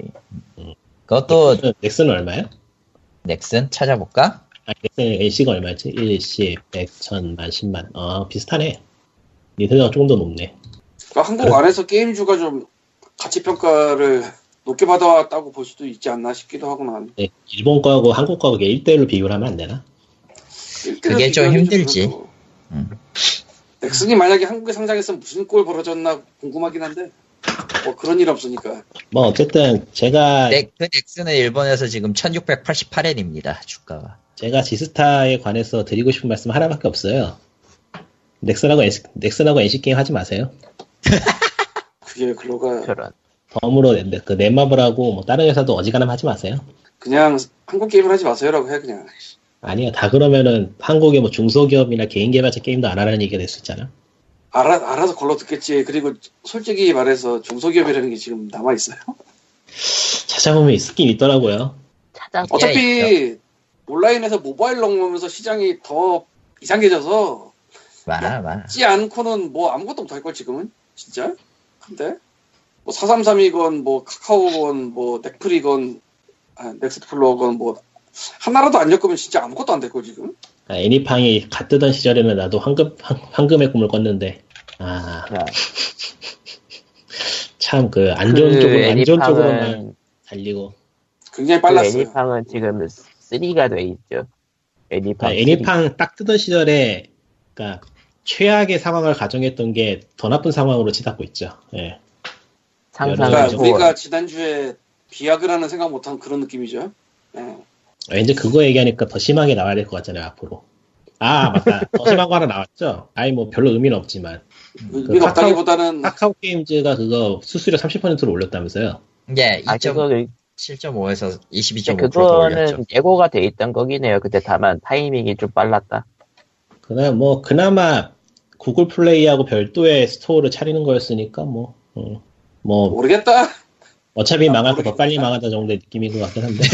그것도 네. 넥슨은 얼마야? 넥슨 찾아볼까? 아, 넥슨 LC가 얼마였지? 1씩 100, 1000, 1 10만. 아, 비슷하네. 닌텐도가 조금 더 높네. 그러니까 한국 안에서 게임주가 좀 가치 평가를 높게 받아왔다고 볼 수도 있지 않나 싶기도 하고 난. 네, 일본 거하고 한국 거하고 1대1로 비교를 하면 안 되나? 그게 좀 힘들지. 음. 넥슨이 만약에 한국에 상장했으면 무슨 꼴 벌어졌나 궁금하긴 한데 뭐 그런 일 없으니까 뭐, 어쨌든 제가, 넥, 그 넥슨은 일본에서 지금 1688엔입니다. 주가가. 제가 지스타에 관해서 드리고 싶은 말씀 하나밖에 없어요. 넥슨하고, NC 넥슨하고 NC게임 하지 마세요. 그게 글로가 저런. 덤으로 넷- 그 넷마블하고 뭐 다른 회사도 어지간하면 하지 마세요. 그냥 한국 게임을 하지 마세요라고 해 그냥 아니요, 다 그러면은 한국의 뭐 중소기업이나 개인 개발자 게임도 안 하라는 얘기가 될 수 있잖아. 알아, 알아서 걸러 듣겠지 그리고 솔직히 말해서 중소기업이라는 게 지금 남아있어요 예, 찾아보면 있긴 있더라고요. 찾아. 어차피 온라인에서 모바일 넘으면서 시장이 더 이상해져서 많아, 많아. 지 않고는 뭐 아무것도 못할 걸 지금은 진짜 근데 뭐 433이건 뭐 카카오건 뭐 넥플이건 아, 넥스플로건 뭐 하나라도 안 엮으면 진짜 아무것도 안 될 걸 지금 아, 애니팡이 갓 뜨던 시절에는 나도 황금, 황, 금의 꿈을 꿨는데, 아, 야, 참, 그, 안 좋은 그 쪽으로, 안 좋은 쪽으로만 애니팡은 달리고. 그 굉장히 빨랐어요 애니팡은 지금 3가 돼 있죠. 애니팡. 아, 그러니까 애니팡 딱 뜨던 시절에, 그러니까, 최악의 상황을 가정했던 게 더 나쁜 상황으로 치닫고 있죠. 예. 그러니까 그래가지고- 상상하고 우리가 지난주에 비약을하는 생각 못한 그런 느낌이죠. 예. 왠지 그거 얘기하니까 더 심하게 나와야 될 것 같잖아요, 앞으로. 아, 맞다. 더 심한 거 하나 나왔죠? 아니, 뭐, 별로 의미는 없지만. 그 의미가 카카오- 없다기보다는 카카오 게임즈가 그거 수수료 30%로 올렸다면서요? 예, 아, 그거, 7.5에서 22.5% 올렸죠. 그거는 예고가 돼 있던 거긴 해요. 근데 다만 타이밍이 좀 빨랐다. 그나 뭐 그나마 구글 플레이하고 별도의 스토어를 차리는 거였으니까 뭐, 음, 뭐 모르겠다. 어차피 아, 망할 거 더 모르겠다. 빨리 망하다 정도의 느낌인 것 같긴 한데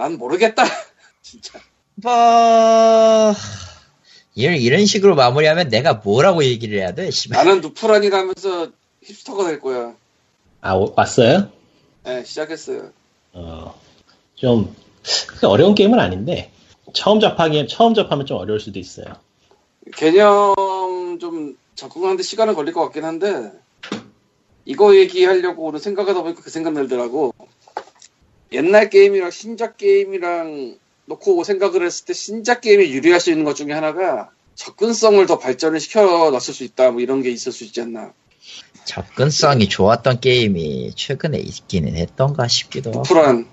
난 모르겠다. <laughs> 진짜. 뭐... 이걸 이런 식으로 마무리하면 내가 뭐라고 얘기를 해야 돼? 씨발. 나는 누프란이라면서 힙스터가 될 거야. 아 오- 왔어요? 예, 시작했어요. 어좀 어려운 게임은 아닌데 처음 접하기 처음 접하면 좀 어려울 수도 있어요. 개념 좀 적응하는데 시간은 걸릴 것 같긴 한데 이거 얘기하려고 오늘 생각하다 보니까 그 생각 날더라고. 옛날 게임이랑 신작 게임이랑 놓고 생각을 했을 때 신작 게임이 유리할 수 있는 것 중에 하나가 접근성을 더 발전을 시켜 놨을 수 있다 뭐 이런 게 있을 수 있지 않나 아. 접근성이 좋았던 게임이 최근에 있기는 했던가 싶기도 하고 불안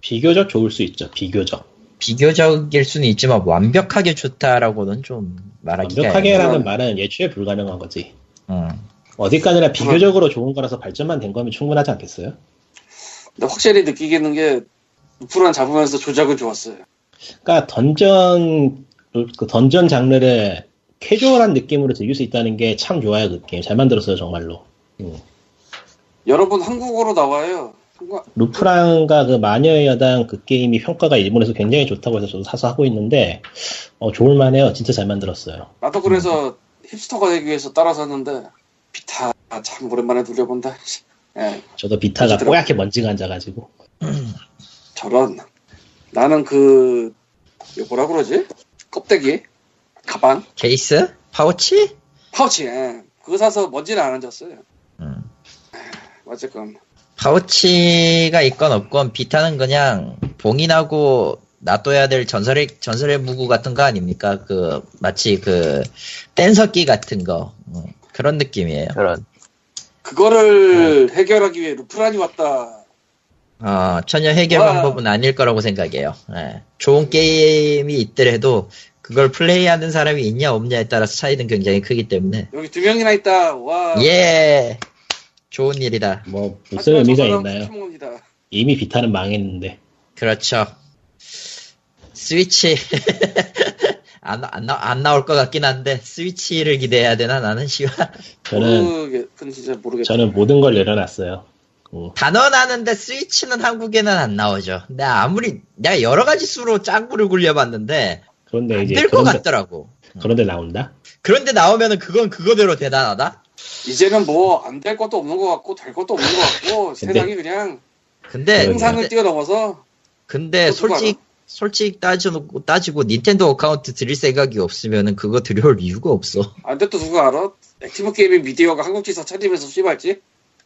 비교적 좋을 수 있죠. 비교적 비교적일 수는 있지만 완벽하게 좋다라고는 좀 말하기가 완벽하게라는 그건- 말은 예초에 불가능한 거지. 애매해요. 응. 어디까지나 비교적으로 좋은 거라서 발전만 된 거면 충분하지 않겠어요? 근데 확실히 느끼겠는 게 불안 잡으면서 조작은 좋았어요 그러니까 던전 그 던전 장르를 캐주얼한 느낌으로 즐길 수 있다는 게 참 좋아요 그 게임 잘 만들었어요 정말로 음. 여러분 한국어로 나와요 한국- 루프랑과 그 마녀의 여당 그 게임이 평가가 일본에서 굉장히 좋다고 해서 저도 사서 하고 있는데 어, 좋을만해요 진짜 잘 만들었어요 나도 그래서 힙스터가 되기 위해서 따라 샀는데 비타 참 오랜만에 돌려본다 <laughs> 예, 저도 비타가 그렇더라고요. 뽀얗게 먼지가 앉아가지고 저런 나는 그 이거 뭐라 그러지? 껍데기? 가방? 케이스? 파우치? 파우치 예. 그거 사서 먼지는 안 앉았어요 예, 응. 음. 어쨌건 파우치가 있건 없건 비타는 그냥 봉인하고 놔둬야 될 전설의 전설의 무구 같은 거 아닙니까? 그 마치 그 뗀석기 같은 거 응. 그런 느낌이에요. 저런. 음. 그거를 해결하기 위해 루프란이 왔다 어, 전혀 해결 와. 방법은 아닐 거라고 생각해요. 예. 좋은 게임이 있더라도 그걸 플레이하는 사람이 있냐 없냐에 따라서 차이는 굉장히 크기 때문에 여기 두 명이나 있다 와 예 좋은 일이다. 뭐 하지만 무슨 의미가 저 사람 있나요 수치몽입니다. 이미 비타는 망했는데 그렇죠. 스위치 <laughs> 안, 안, 나- 안 나올 것 같긴 한데 스위치를 기대해야 되나 나는 씨발 음, 저는 모르겠, 그건 진짜 모르겠다. 저는 모든 걸 내려놨어요 음. <laughs> 단어 나는데 스위치는 한국에는 안 나오죠. 내가 아무리 내가 여러 가지 수로 짱구를 굴려봤는데 그런데 안 네, 이제 될 것 그런데, 같더라고. 그런데 나온다 그런데 나오면은 그건 그거대로 대단하다. 이제는 뭐 안 될 것도 없는 것 같고 될 것도 없는 것 같고 <laughs> 근데- 세상이 그냥 근데 상상을 뛰어넘어서 근데 그거 누가 솔직 솔직 따지고 따지고 닌텐도 어카운트 드릴 생각이 없으면은 그거 들여올 이유가 없어. 안돼 또 누가 알아? 액티브 게이밍 미디어가 한국 지사 차리면서 씨발지?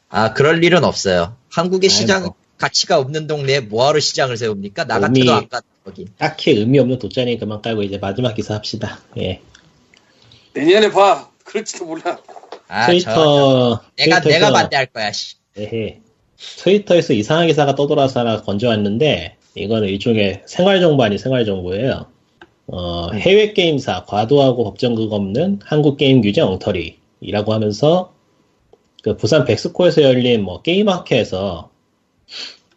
아 그럴 일은 없어요. 한국의 아이, 시장 뭐. 가치가 없는 동네에 뭐하러 시장을 세웁니까? 나 몸이- 같아도 안 가. 거긴. 딱히 의미 없는 돗자리 그만 깔고 이제 마지막 기사 합시다. 예. 내년에 봐. 그럴지도 몰라. 아, 저, 트위터 내가 트위터에서- 내가 반대할 거야. 씨. 예. 트위터에서 이상한 기사가 떠돌아서 하나 건져왔는데 이거는 일종의 생활정보 아닌 생활정보예요. 어, 해외 게임사 과도하고 법정 근거 없는 한국 게임 규제 엉터리라고 하면서 그 부산 백스코에서 열린 뭐 게임 학회에서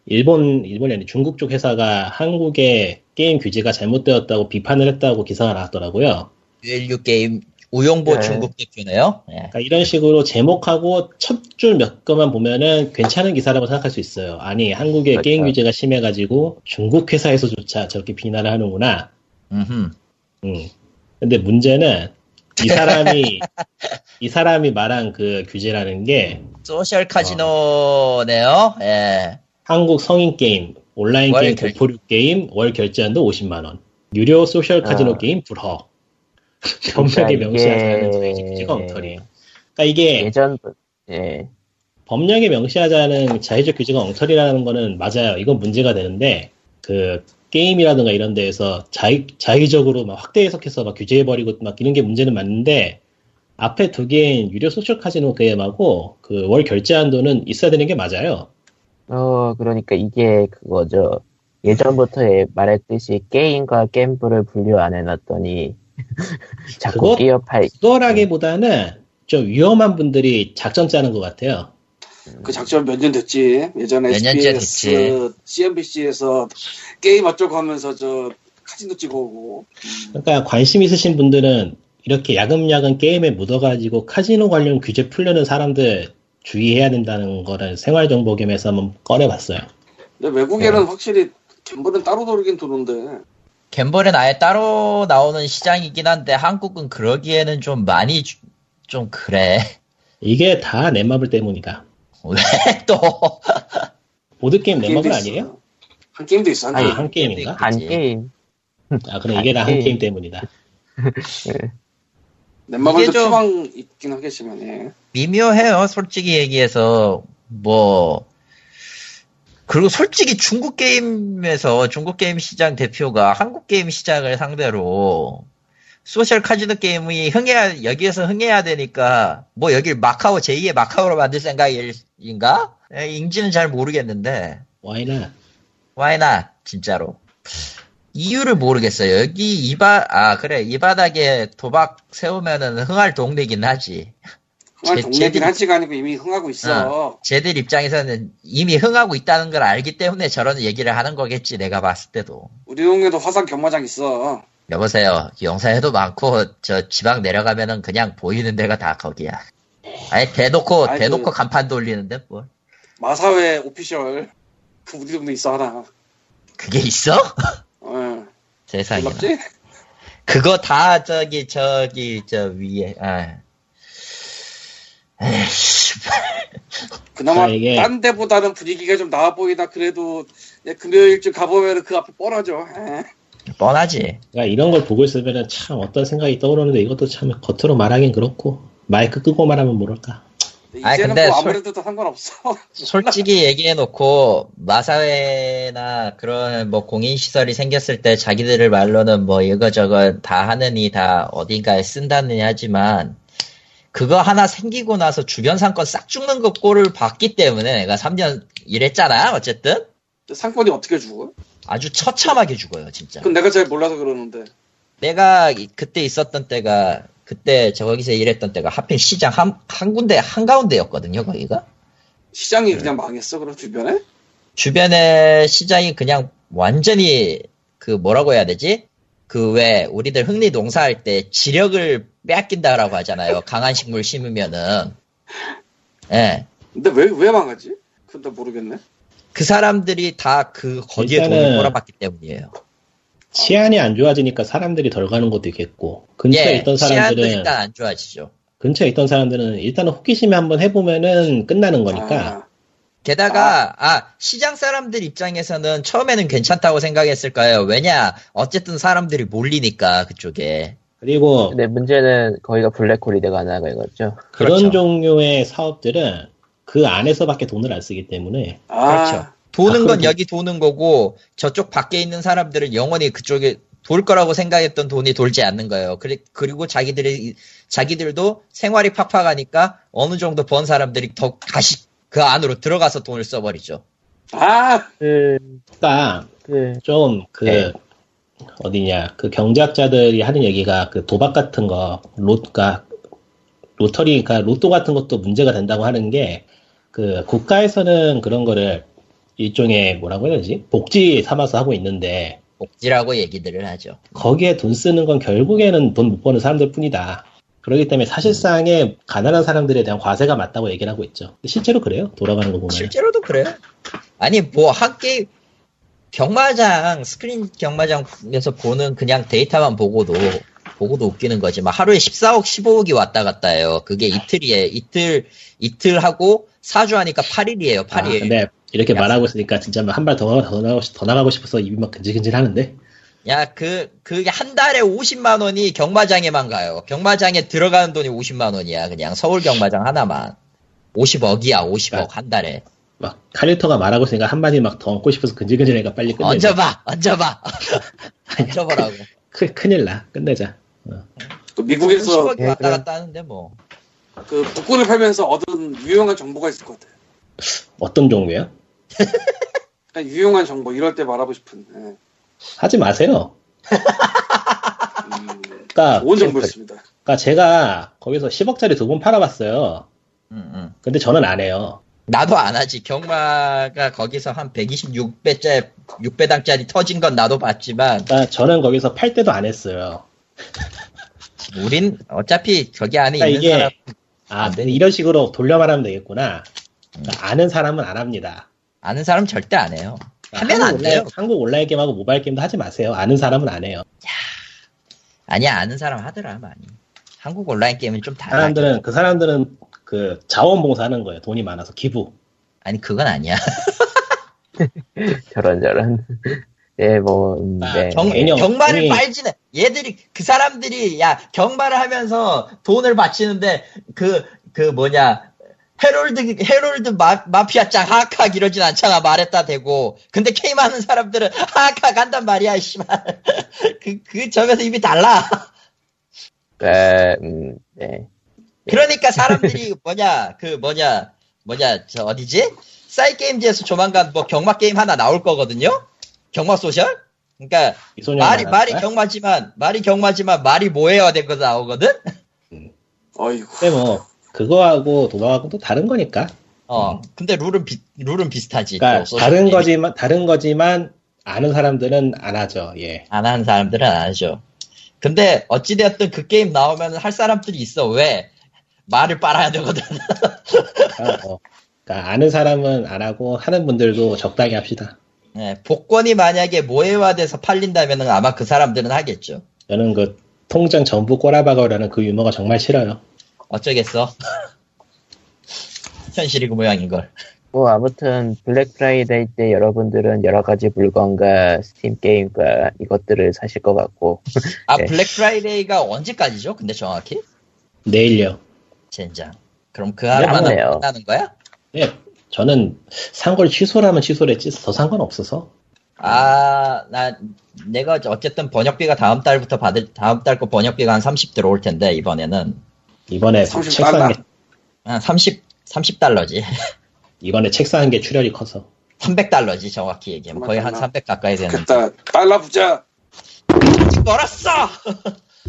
일본 일본이 아니 중국 쪽 회사가 한국의 게임 규제가 잘못되었다고 비판을 했다고 기사가 나왔더라고요. ULU 게임 우용보 네. 중국 대표네요. 예. 그러니까 이런 식으로 제목하고 첫 줄 몇 거만 보면은 괜찮은 기사라고 생각할 수 있어요. 아니 한국의 그렇죠. 게임 규제가 심해가지고 중국 회사에서조차 저렇게 비난을 하는구나. 음흠. 음. 근데 문제는 <laughs> 이 사람이 이 사람이 말한 그 규제라는 게 소셜 카지노네요. 예. 한국 성인 게임, 온라인 월 게임, 결- 공포류 게임 월 결제한도 50만 원, 유료 소셜 카지노 아. 게임 불허. <laughs> 그러니까 변명에 이게- 명시하지 않은 저의 규제가 엉터리. 그러니까 이게 예전 예 법령에 명시하지 않은 자의적 규제가 엉터리라는 거는 맞아요. 이건 문제가 되는데 그 게임이라든가 이런 데에서 자의, 자의적으로 막 확대 해석해서 막 규제해버리고 막 이런 게 문제는 맞는데 앞에 두 개인 유료 소셜 카지노 게임하고 그 월 결제 한도는 있어야 되는 게 맞아요. 어, 그러니까 이게 그거죠. 예전부터 예- 말했듯이 게임과 갬블을 분류 안 해놨더니 <laughs> 자꾸 그거- 끼어 팔. 그거라기보다는 좀 위험한 분들이 작전 짜는 것 같아요. 그 작전 몇 년 됐지? 예전에 몇 년째 SBS, CNBC에서 게임 어쩌고 하면서 저 카지노 찍어 오고 그러니까 관심 있으신 분들은 이렇게 야금야금 게임에 묻어가지고 카지노 관련 규제 풀려는 사람들 주의해야 된다는 거를 생활정보겸에서 한번 꺼내봤어요. 근데 외국에는 네. 확실히 갬블은 따로 돌긴 도는데 갬벌은 아예 따로 나오는 시장이긴 한데 한국은 그러기에는 좀 많이 주- 좀 그래. <laughs> 이게 다 넷마블 때문이다. 왜 또? 보드게임 한 게임도 넷마블 있어. 아니에요? 한 게임도 있어. 한 아니, 게임. 한 게임인가? 간 그치. 게임. 아, 그럼 이게 다 한 게임. 게임 때문이다. 넷마블도 이게 좀- 희망 있긴 하겠지만 예. 미묘해요, 솔직히 얘기해서. 뭐. 그리고 솔직히 중국 게임에서 중국 게임 시장 대표가 한국 게임 시장을 상대로 소셜 카지노 게임이 흥해야, 여기에서 흥해야 되니까, 뭐 여길 마카오, 제2의 마카오로 만들 생각인가? 에, 인지는 잘 모르겠는데. 와이나 와이나 진짜로 이유를 모르겠어요 여기 이바 아 그래 이 바닥에 도박 세우면은 흥할 동네긴 하지 흥한 제- 동네긴 제들이- 한지가 아니고 이미 흥하고 있어. 쟤들 입장에서는 이미 흥하고 있다는 걸 알기 때문에 저런 얘기를 하는 거겠지 내가 봤을 때도 우리 동네도 화산 경마장 있어. 여보세요 영상에도 많고 저 지방 내려가면은 그냥 보이는 데가 다 거기야 아예 대놓고 아이고. 대놓고 간판 돌리는데 뭘 마사회 오피셜 그 우리 동네 있어 하나. 그게 있어 <laughs> 어. 세상에 놀랍지? 그거 다 저기 저기 저 위에 아 에이씨 <laughs> 그나마 아, 이게- 딴 데보다는 분위기가 좀 나아 보이다 그래도 이제 금요일쯤 가보면 그 앞에 뻔하죠. 예. 뻔하지. 그러니까 이런 걸 보고 있으면 참 어떤 생각이 떠오르는데 이것도 참 겉으로 말하긴 그렇고 마이크 끄고 말하면 모를까. 아니, 이제는 근데 뭐 솔- 아무래도 다 상관없어. <laughs> 솔직히 얘기해놓고 마사회나 그런 뭐 공인 시설이 생겼을 때 자기들을 말로는 뭐 이거저거 다 하느니 다 어딘가에 쓴다느니 하지만 그거 하나 생기고 나서 주변 상권 싹 죽는 거 꼴을 봤기 때문에 내가 3년 일했잖아 어쨌든 상권이 어떻게 죽어? 아주 처참하게 죽어요 진짜. 그건 내가 잘 몰라서 그러는데. 내가 이- 그때 있었던 때가 그때 저기서 일했던 때가 하필 시장 한, 한 군데 한 가운데였거든요 거기가. 네. 시장이 그냥 망했어 그럼 주변에? 주변의 시장이 그냥 완전히 그 뭐라고 해야 되지? 그 왜 우리들 흥리 농사할 때 지력을 빼앗긴다라고 <laughs> 하잖아요. 강한 식물 심으면은. 예. 근데 왜 왜 망하지? 그건 나 모르겠네. 그 사람들이 다 그 거기에 일단은- 돈을 몰아봤기 때문이에요. 치안이 안 좋아지니까 사람들이 덜 가는 것도 있겠고 근처에 있던 치안도 사람들은 예, 일단 안 좋아지죠. 그러니까. 근처에 있던 사람들은 일단은 호기심에 한번 해보면은 끝나는 거니까 아, 게다가 아 시장 사람들 입장에서는 처음에는 괜찮다고 생각했을 거예요. 왜냐 어쨌든 사람들이 몰리니까 그쪽에 그리고 근데 문제는 거기가 블랙홀이 돼가 나가 이거죠. 그런 네, 그렇죠. 종류의 사업들은 그 안에서밖에 돈을 안 쓰기 때문에 그렇죠. 아, 도는 아, 건 그러게. 여기 도는 거고 저쪽 밖에 있는 사람들은 영원히 그쪽에 돌 거라고 생각했던 돈이 돌지 않는 거예요. 그리, 그리고 자기들이 자기들도 생활이 팍팍하니까 어느 정도 번 사람들이 더 다시 그 안으로 들어가서 돈을 써버리죠. 아, 그, 그러니까 그, 좀 그 네. 어디냐 그 경제학자들이 하는 얘기가 그 도박 같은 거 로트가 로터리 그러니까 로또 같은 것도 문제가 된다고 하는 게 그 국가에서는 그런 거를 일종의 뭐라고 해야 되지 복지 삼아서 하고 있는데 복지라고 얘기들을 하죠. 거기에 돈 쓰는 건 결국에는 돈 못 버는 사람들 뿐이다. 그렇기 때문에 사실상의 가난한 사람들에 대한 과세가 맞다고 얘기를 하고 있죠. 실제로 그래요. 돌아가는 거 보면. 실제로도 그래요. 아니 뭐 한 게임 경마장 스크린 경마장에서 보는 그냥 데이터만 보고도 보고도 웃기는 거지만 하루에 14억 15억이 왔다 갔다 해요. 그게 이틀이에 이틀 이틀하고 사주하니까 8일이에요. 아, 8일. 근데 이렇게 야. 말하고 있으니까 진짜 한 발 더, 더, 나가고, 싶- 더 나가고 싶어서 입이 막 근질근질 하는데. 야 그 그게 한 달에 50만 원이 경마장에만 가요. 경마장에 들어가는 돈이 50만 원이야. 그냥 서울 경마장 하나만 50억이야. 네. 50억 한 달에. 막 카리터가 말하고 있으니까 한마디 막 더 얹고 싶어서 근질근질하니까 빨리 끝내자. <laughs> 얹어봐, 얹어봐, <laughs> 얹어보라고. 크- 큰일 나. 끝내자. 그 미국에서 10억이 네. 왔다 갔다 하는데 뭐. 그 복권을 팔면서 얻은 유용한 정보가 있을 것 같아요. 어떤 종류예요? 그냥 유용한 정보 이럴 때 말하고 싶은. 예. 하지 마세요. 음, 아, 그러니까, 좋은 정보였습니다. 그러니까 제가 거기서 10억짜리 두 번 팔아봤어요. 음, 음. 근데 저는 안 해요. 나도 안 하지. 경마가 거기서 한 126배짜, 6배당짜리 터진 건 나도 봤지만, 그러니까 저는 거기서 팔 때도 안 했어요. 우린 어차피 저기 안에 그러니까 있는 이게 사람, 아, 네, 이런 식으로 돌려 말하면 되겠구나. 음. 그러니까 아는 사람은 안 합니다. 아는 사람 절대 안 해요. 그러니까 하면 안 한국 온라인- 돼요. 한국 온라인 게임하고 모바일 게임도 하지 마세요. 아는 사람은 안 해요. 아니야, 아는 사람 하더라, 많이. 한국 온라인 게임은 좀 달라. 사람들은 그 사람들은 그 자원봉사하는 거예요. 돈이 많아서 기부. 아니, 그건 아니야. 저런, 저런. <laughs> 예, 뭐, 음, 아, 네. 경, 개념. 경마를 아니. 빨지는, 얘들이, 그 사람들이, 야, 경마를 하면서 돈을 바치는데, 그, 그 뭐냐, 헤롤드, 헤롤드 마, 마피아 짱 하악하악 이러진 않잖아, 말했다 대고. 근데 게임 하는 사람들은 하악하악 한단 말이야, 씨발. <laughs> 그, 그 점에서 입이 달라. 에, 음, 네. 그러니까 사람들이 뭐냐, 그 뭐냐, 뭐냐, 저 어디지? 사이게임즈에서 조만간 뭐 경마 게임 하나 나올 거거든요? 경마 소셜? 그러니까, 이 소년 말이 말이 경마지만 말이 경마지만 말이 뭐예요 된거 나오거든. 어이구. 근데 뭐 그거하고 도박하고 또 다른 거니까. 어. 근데 룰은 비, 룰은 비슷하지. 음. 그러니까 또 소셜 다른 게임. 거지만 다른 거지만 아는 사람들은 안 하죠. 예. 안 하는 사람들은 안 하죠. 근데 어찌 되었든 그 게임 나오면 할 사람들이 있어. 왜? 말을 빨아야 되거든. <laughs> 그러니까, 뭐, 그러니까 아는 사람은 안 하고 하는 분들도 적당히 합시다. 네, 복권이 만약에 모해화돼서 팔린다면은 아마 그 사람들은 하겠죠. 저는 그 통장 전부 꼬라박아라는 그 유머가 정말 싫어요. 어쩌겠어. <laughs> 현실이 그 모양인 걸. 뭐, 아무튼, 블랙 프라이데이 때 여러분들은 여러 가지 물건과 스팀 게임과 이것들을 사실 것 같고, <laughs> 아 네. 블랙 프라이데이가 언제까지죠? 근데 정확히 내일요. 젠장. 그럼 그 네, 하나만 맞네요. 끝나는 거야? 네, 저는 산 걸 취소라면 취소를 했지 더 상관없어서 아, 나, 내가 어쨌든 번역비가 다음 달부터 받을, 다음 달 거 번역비가 한 30 들어올 텐데, 이번에는. 이번에 30 책상에 달러. 한 30, 30달러지. <laughs> 이번에 책상한 게 출혈이 커서 300달러지, 정확히 얘기하면. 거의 한 300 가까이 네, 되는. 좋겠다. 달러 부자. 멀었어!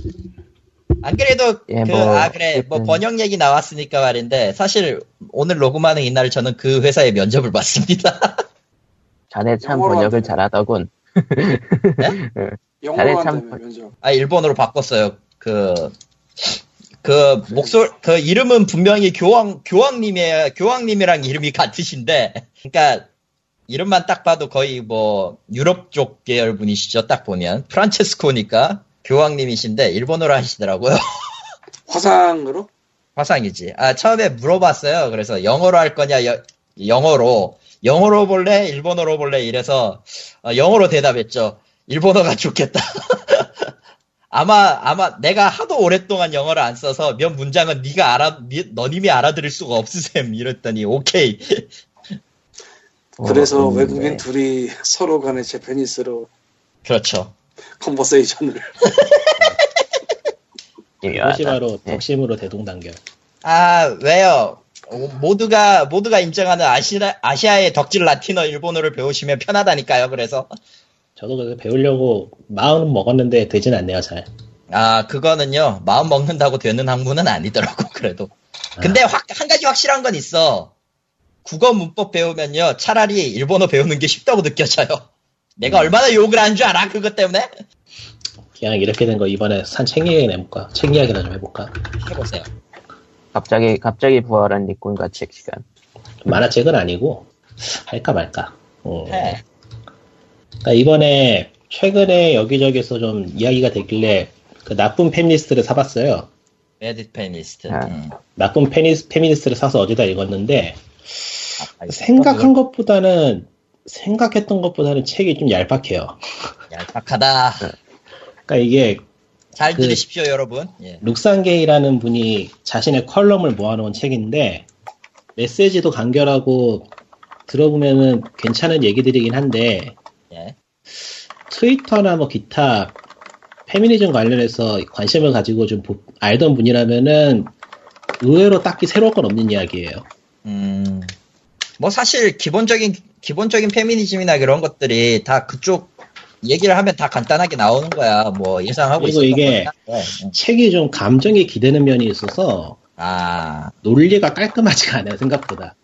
<laughs> 안 그래도, 예, 그, 뭐, 아, 그래. 뭐 어쨌든. 번역 얘기 나왔으니까 말인데, 사실 오늘 녹음하는 이날 저는 그 회사의 면접을 <laughs> 봤습니다. 자네 참 영어로 번역을 하죠. 잘하다군. <laughs> 영어로 잘해, 참. 한다며 면접. 아, 일본어로 바꿨어요. 그, 그, 목소리, 그 이름은 분명히 교황, 교황님의, 교황님이랑 이름이 같으신데, 그니까, 이름만 딱 봐도 거의 뭐, 유럽 쪽 계열 분이시죠, 딱 보면. 프란체스코니까 교황님이신데, 일본어로 하시더라고요. 화상으로? 화상이지. 아, 처음에 물어봤어요. 그래서 영어로 할 거냐, 여- 영어로 영어로 볼래 일본어로 볼래 이래서 어, 영어로 대답했죠. 일본어가 좋겠다. <laughs> 아마 아마 내가 하도 오랫동안 영어를 안 써서 몇 문장은 네가 알아 네, 너님이 알아들을 수가 없으셈 이랬더니 오케이 <laughs> 그래서 어, 음, 외국인 네. 둘이 <laughs> 서로 간에 재패니스로 그렇죠. 컨버세이션을 미묘하다. 이것이 바로 네. 덕심으로 대동단결. 아 왜요? 어, 모두가 모두가 인정하는 아시아 아시아의 덕질 라틴어 일본어를 배우시면 편하다니까요. 그래서 저도 그래서 배우려고 마음은 먹었는데 되진 않네요, 잘. 아 그거는요 마음 먹는다고 되는 학문은 아니더라고 <laughs> 그래도. 아. 근데 확, 한 가지 확실한 건 있어. 국어 문법 배우면요 차라리 일본어 배우는 게 쉽다고 느껴져요. 내가 음. 얼마나 욕을 한 줄 알아 그것 때문에 그냥 이렇게 된 거 이번에 산책 이야기 내볼까? 책 이야기나 좀 해볼까? 해보세요. 갑자기 갑자기 부활한 니꾼 같이 시간. 만화책은 아니고 할까 말까. 어. 해. 그러니까 이번에 최근에 여기저기서 좀 이야기가 되길래 그 나쁜 팬리스트를 사봤어요. 레드 페니스트. 네. 아. 나쁜 페니스, 페미니스트를 사서 어제다 읽었는데 생각한 것보다는 생각했던 것보다는 책이 좀 얄팍해요. 얄팍하다. 그러니까 이게 잘 그- 들으십시오 여러분. 예. 룩산게이라는 분이 자신의 컬럼을 모아놓은 책인데 메시지도 간결하고 들어보면은 괜찮은 얘기들이긴 한데 예. 트위터나 뭐 기타 페미니즘 관련해서 관심을 가지고 좀 보- 알던 분이라면은 의외로 딱히 새로운 건 없는 이야기예요. 음. 뭐 사실 기본적인 기본적인 페미니즘이나 그런 것들이 다 그쪽 얘기를 하면 다 간단하게 나오는 거야. 뭐 예상하고 있었던 그리고 네, 이게- 거야. 책이 좀 감정에 기대는 면이 있어서 아 논리가 깔끔하지가 않아요 생각보다.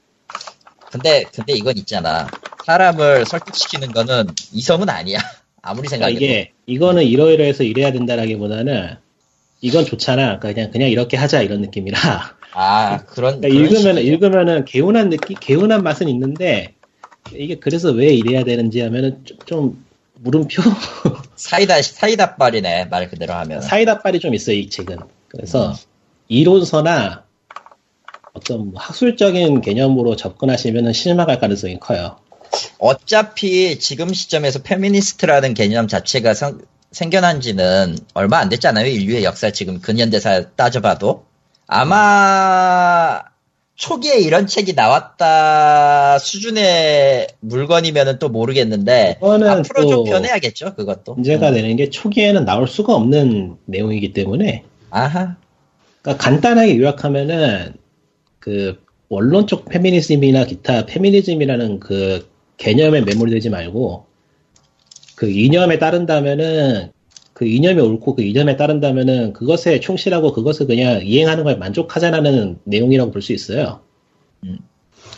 근데 근데 이건 있잖아. 사람을 설득시키는 거는 이성은 아니야. <laughs> 아무리 그러니까 생각해도. 이게 이거는 이러이러해서 이래야 된다라기보다는 이건 좋잖아. 그러니까 그냥 그냥 이렇게 하자 이런 느낌이라. <laughs> 아 그런. 그러니까 그런 읽으면 식이야. 읽으면은 개운한 느낌, 개운한 맛은 있는데 이게 그래서 왜 이래야 되는지 하면은 좀, 좀 물음표 <laughs> 사이다 사이다 빨이네 말 그대로 하면. 사이다 빨이 좀 있어요 이 책은. 음. 그래서 이론서나 어떤 뭐 학술적인 개념으로 접근하시면은 실망할 가능성이 커요. 어차피 지금 시점에서 페미니스트라는 개념 자체가 성- 생겨난 지는 얼마 안 됐잖아요. 인류의 역사 지금 근현대사 따져봐도. 아마 초기에 이런 책이 나왔다 수준의 물건이면 또 모르겠는데 그거는 앞으로 또 좀 변해야겠죠 그것도 문제가 음. 되는 게 초기에는 나올 수가 없는 내용이기 때문에 아하 그러니까 간단하게 요약하면은 그 원론 쪽 페미니즘이나 기타 페미니즘이라는 그 개념에 매몰되지 말고 그 이념에 따른다면은 그 이념이 옳고 그 이념에 따른다면은 그것에 충실하고 그것을 그냥 이행하는 거에 만족하자라는 내용이라고 볼 수 있어요. 음.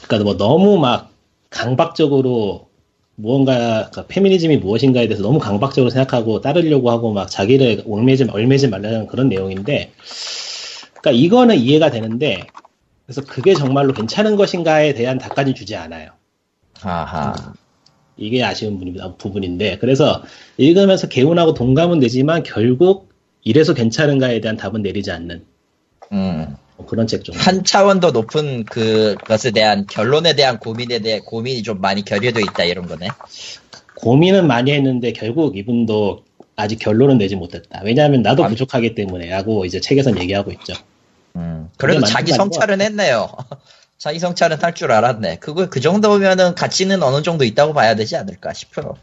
그러니까 뭐 너무 막 강박적으로 무언가 그러니까 페미니즘이 무엇인가에 대해서 너무 강박적으로 생각하고 따르려고 하고 막 자기를 얽매지 얼매지 말라는 그런 내용인데 그러니까 이거는 이해가 되는데 그래서 그게 정말로 괜찮은 것인가에 대한 답까지 주지 않아요. 아하 이게 아쉬운 부분입니다- 부분인데 그래서 읽으면서 개운하고 동감은 되지만 결국 이래서 괜찮은가에 대한 답은 내리지 않는 음. 뭐 그런 책 좀. 한 차원 더 높은 그것에 대한 결론에 대한 고민에 대해 고민이 좀 많이 결여돼 있다 이런 거네 고민은 많이 했는데 결국 이분도 아직 결론은 내지 못했다. 왜냐하면 나도 아. 부족하기 때문에라고 이제 책에선 얘기하고 있죠. 그러니까 음, 그래도 맞는 자기 말인 성찰은 했네요. <laughs> 자기 성찰은 할 줄 알았네. 그거 그 정도면은 가치는 어느 정도 있다고 봐야 되지 않을까 싶어요.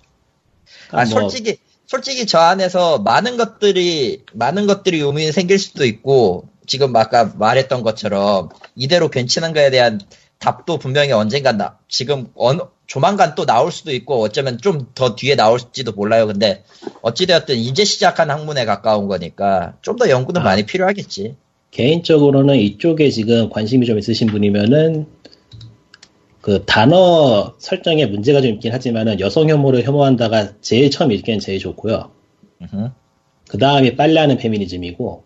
아, 그러니까 뭐 솔직히 솔직히 저 안에서 많은 것들이 많은 것들이 의문이 생길 수도 있고 지금 아까 말했던 것처럼 이대로 괜찮은가에 대한 답도 분명히 언젠간 나, 지금 어느- 조만간 또 나올 수도 있고 어쩌면 좀 더 뒤에 나올지도 몰라요. 근데 어찌되었든 이제 시작한 학문에 가까운 거니까 좀 더 연구는 아. 많이 필요하겠지. 개인적으로는 이쪽에 지금 관심이 좀 있으신 분이면은 그 단어 설정에 문제가 좀 있긴 하지만은 여성 혐오를 혐오한다가 제일 처음 읽기엔 제일 좋고요. 음흠. 그 다음이 빨래하는 페미니즘이고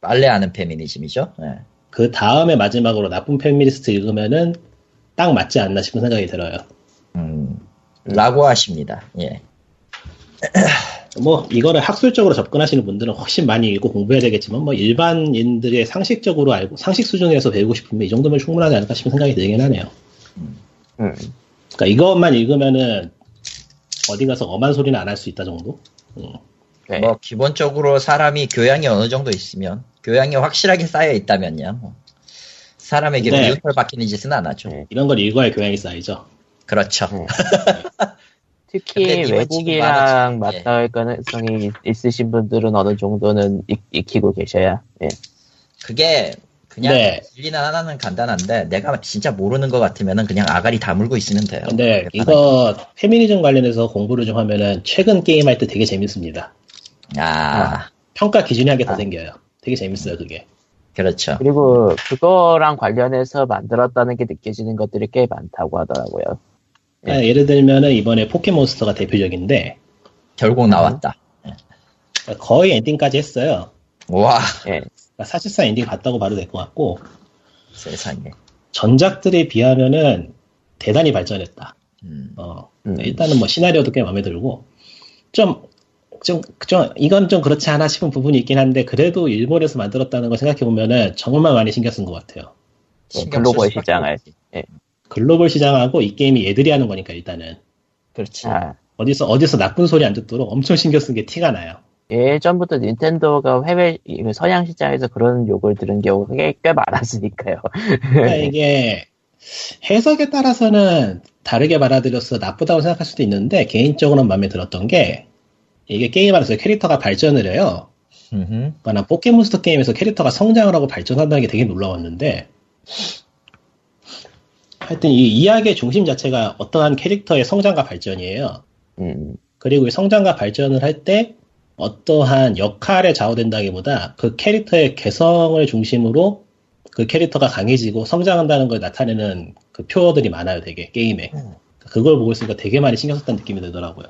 빨래하는 페미니즘이죠. 예. 그 다음에 마지막으로 나쁜 페미니스트 읽으면은 딱 맞지 않나 싶은 생각이 들어요. 음, 라고 하십니다. 예. 뭐 이거를 학술적으로 접근하시는 분들은 훨씬 많이 읽고 공부해야 되겠지만 뭐 일반인들의 상식적으로 알고 상식 수준에서 배우고 싶으면 이 정도면 충분하지 않을까 싶은 생각이 들긴 하네요. 음. 그러니까 이것만 읽으면은 어디 가서 엄한 소리는 안 할 수 있다 정도? 음. 네. 뭐 기본적으로 사람이 교양이 어느 정도 있으면 교양이 확실하게 쌓여 있다면요. 뭐 사람에게 네. 미우털 박히는 짓은 안 하죠. 네. 이런 걸 읽어야 교양이 쌓이죠. 그렇죠. 네. 근데 특히 이거 지금 외국이랑 많아지- 예. 맞닿을 가능성이 있- 있으신 분들은 어느 정도는 익, 익히고 계셔야. 예. 그게 그냥 네. 진리나 하나는 간단한데 내가 진짜 모르는 것 같으면은 그냥 아가리 다물고 있으면 돼요. 근데 간단하게. 네. 이거 페미니즘 관련해서 공부를 좀 하면은 최근 게임 할 때 되게 재밌습니다. 아 평가 기준이 한 개 더 아. 생겨요. 되게 재밌어요 그게. 그렇죠. 그리고 그거랑 관련해서 만들었다는 게 느껴지는 것들이 꽤 많다고 하더라고요. 예. 아, 예를 들면은 이번에 포켓몬스터가 대표적인데 결국 나왔다. 거의 엔딩까지 했어요. 와 예. 그러니까 사실상 엔딩 봤다고 봐도 될 것 같고 세상에. 전작들에 비하면은 대단히 발전했다. 음, 어, 음. 일단은 뭐 시나리오도 꽤 마음에 들고 좀, 좀, 좀 이건 좀 그렇지 않아 싶은 부분이 있긴 한데 그래도 일본에서 만들었다는 걸 생각해 보면은 정말 많이 신경 쓴 것 같아요. 신경 쓸 글로벌 수밖에 시장을. 없지. 글로벌 시장하고 이 게임이 얘들이 하는 거니까 일단은 그렇지. 아, 어디서 어디서 나쁜 소리 안 듣도록 엄청 신경 쓴 게 티가 나요. 예전부터 닌텐도가 해외 이 서양 시장에서 그런 욕을 들은 경우가 꽤, 꽤 많았으니까요. <laughs> 그러니까 이게 해석에 따라서는 다르게 받아들여서 나쁘다고 생각할 수도 있는데 개인적으로는 마음에 들었던 게 이게 게임 안에서 캐릭터가 발전을 해요. 음흠. 그러니까 난 포켓몬스터 게임에서 캐릭터가 성장을 하고 발전한다는 게 되게 놀라웠는데 하여튼 이 이야기의 중심 자체가 어떠한 캐릭터의 성장과 발전이에요. 음, 그리고 이 성장과 발전을 할 때 어떠한 역할에 좌우된다기보다 그 캐릭터의 개성을 중심으로 그 캐릭터가 강해지고 성장한다는 걸 나타내는 그 표어들이 많아요, 되게 게임에. 그걸 보고 있으니까 되게 많이 신경 썼다는 느낌이 들더라고요.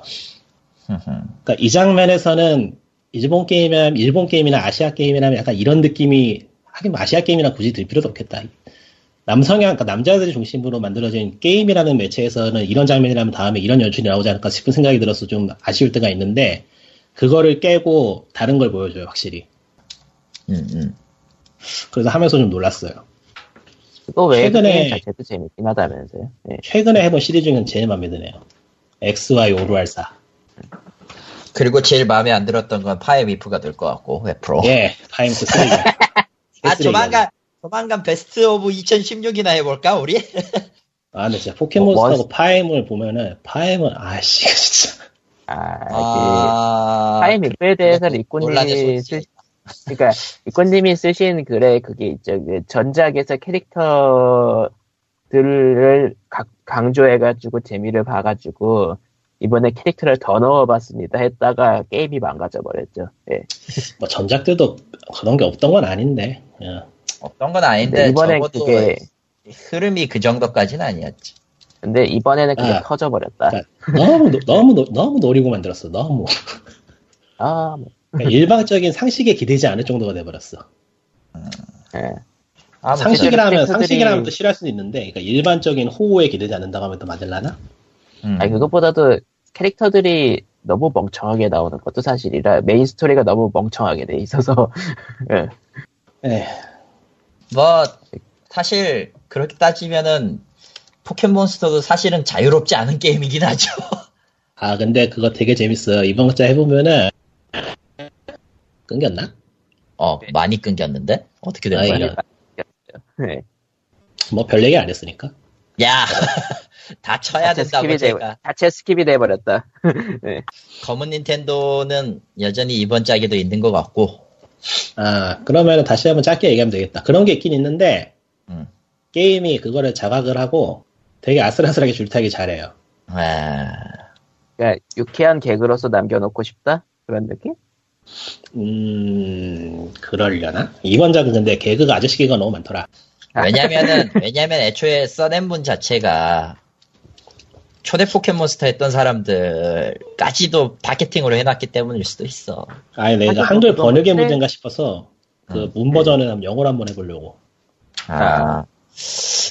음흠. 그러니까 이 장면에서는 일본 게임이나 일본 게임이나 아시아 게임이라면 약간 이런 느낌이 하긴 뭐 아시아 게임이나 굳이 들 필요도 없겠다. 남성향, 그러니까 남자들이 중심으로 만들어진 게임이라는 매체에서는 이런 장면이라면 다음에 이런 연출이 나오지 않을까 싶은 생각이 들어서 좀 아쉬울 때가 있는데 그거를 깨고 다른 걸 보여줘요 확실히. 음, 음. 그래서 하면서 좀 놀랐어요. 그거 외에 그 최근에- 게임 자체도 재밌긴 하다면서요. 예. 최근에 해본 시리즈 중에 제일 마음에 드네요. XY 564. 그리고 제일 마음에 안 들었던 건 파의 미프가 될 것 같고 웹프로. 예, <laughs> 파임스 3. 아 어. 조만간 조만간 베스트 오브 2016이나 해볼까 우리? 아, 근데 진짜 어, 포켓몬스터하고 원- 파임을 보면은, 파임은, 아씨, 진짜. 아, 아, 타임 에 대해서 리코님이 논란의 쓰, 소지. 그러니까 이권님이 쓰신 글에 그게 있죠. 그 전작에서 캐릭터들을 각- 강조해가지고 재미를 봐가지고 이번에 캐릭터를 더 넣어봤습니다. 했다가 게임이 망가져버렸죠. 예. 뭐, 전작 때도 그런 게 없던 건 아닌데. 예. 없던 건 아닌데 근데 네, 이번엔 적어도 그게 흐름이 그 정도까지는 아니었지. 근데 이번에는 그게 아. 터져버렸다. 그러니까 너무, 노- 너무, 노- 너무 노리고 만들었어, 너무. 아, 뭐, 그러니까 일방적인 상식에 기대지 않을 정도가 돼버렸어. 예. 아, 뭐 상식- 상식이라면, 실제로 상식이라면 팩트들이- 또 싫어할 수도 있는데, 그러니까 일반적인 호호에 기대지 않는다고 하면 또 맞을라나? 음. 아니 그것보다도 캐릭터들이 너무 멍청하게 나오는 것도 사실이라 메인 스토리가 너무 멍청하게 돼 있어서 <laughs> 예. 예. 뭐 사실 그렇게 따지면은 포켓몬스터도 사실은 자유롭지 않은 게임이긴 하죠. <laughs> 아, 근데 그거 되게 재밌어요. 이번 자 해보면은, 끊겼나? 어 많이 끊겼는데 어떻게 된 아, 거야? 이런. 예. 뭐, 별 얘기 안 했으니까. 야, <laughs> 다 쳐야 자체 예. 아, 된다고 스킵이 돼 제가. 자체 스킵이 돼버렸다. <laughs> 예. 검은 닌텐도는 여전히 이번 짝에도 있는 것 같고. 아, 그러면 다시 한번 짧게 얘기하면 되겠다. 그런 게 있긴 있는데, 음. 게임이 그거를 자각을 하고 되게 아슬아슬하게 줄타기 잘해요. 아, 그러니까 유쾌한 개그로서 남겨놓고 싶다 그런 느낌? 음, 그러려나? 이번 작은 근데 개그가 아저씨 개그가 너무 많더라. <laughs> 왜냐면은 왜냐면 애초에 써낸 분 자체가 초대 포켓몬스터 했던 사람들까지도 마케팅으로 해놨기 때문일 수도 있어. 아니, 내가 하긴 한글 그거 번역의 근데- 문제인가 싶어서 그 음. 문 버전은 한번 영어로 한번 해보려고. 아.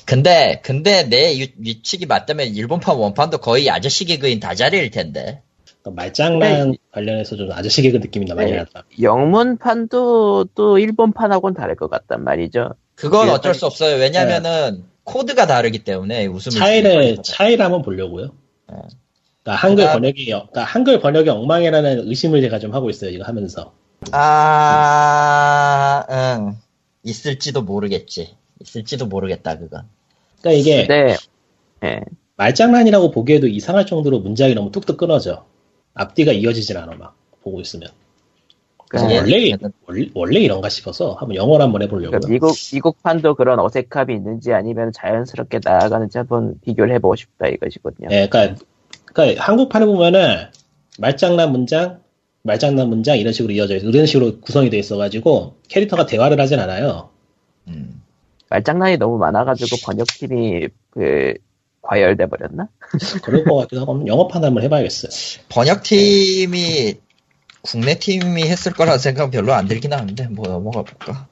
근데, 근데 내 유, 측이 맞다면 일본판 원판도 거의 아저씨 개그인 다자리일 텐데. 그러니까 말장난 근데- 관련해서 좀 아저씨 개그 느낌이 나 많이 네. 났다. 영문판도 또 일본판하고는 다를 것 같단 말이죠. 그건 예, 어쩔 수 없어요. 왜냐면은 코드가 다르기 때문에 웃음을 예. 차이를 주는 거예요. 네. 차이를 한번 보려고요. 그러니까 한글 그다음- 번역이 그러니까 한글 번역이 엉망이라는 의심을 제가 좀 하고 있어요. 이거 하면서 아, 응. 있을지도 모르겠지. 있을지도 모르겠다 그건. 그러니까 네. 이게 근데 예. 말장난이라고 보기에도 이상할 정도로 문장이 너무 뚝뚝 끊어져. 앞뒤가 이어지질 않아 막 보고 있으면 그러니까 예. 원래 원래, 원래 이런가 싶어서 한번 영어를 한번 해보려고요. 그러니까 미국 미국판도 그런 어색함이 있는지 아니면 자연스럽게 나아가는지 한번 비교를 해보고 싶다 이것이거든요. 네. 예, 그러니까, 그러니까 한국판에 보면은 말장난 문장, 말장난 문장 이런 식으로 이어져 있어. 이런 식으로 구성이 돼 있어가지고 캐릭터가 대화를 하진 않아요. 음. 말장난이 너무 많아가지고 번역팀이 그 과열돼 버렸나? 그럴 것 같기도 하고 영어판 한번 해봐야겠어요. 번역팀이 국내 팀이 했을 거라는 생각 은 별로 안 들긴 하는데 뭐 넘어가 볼까.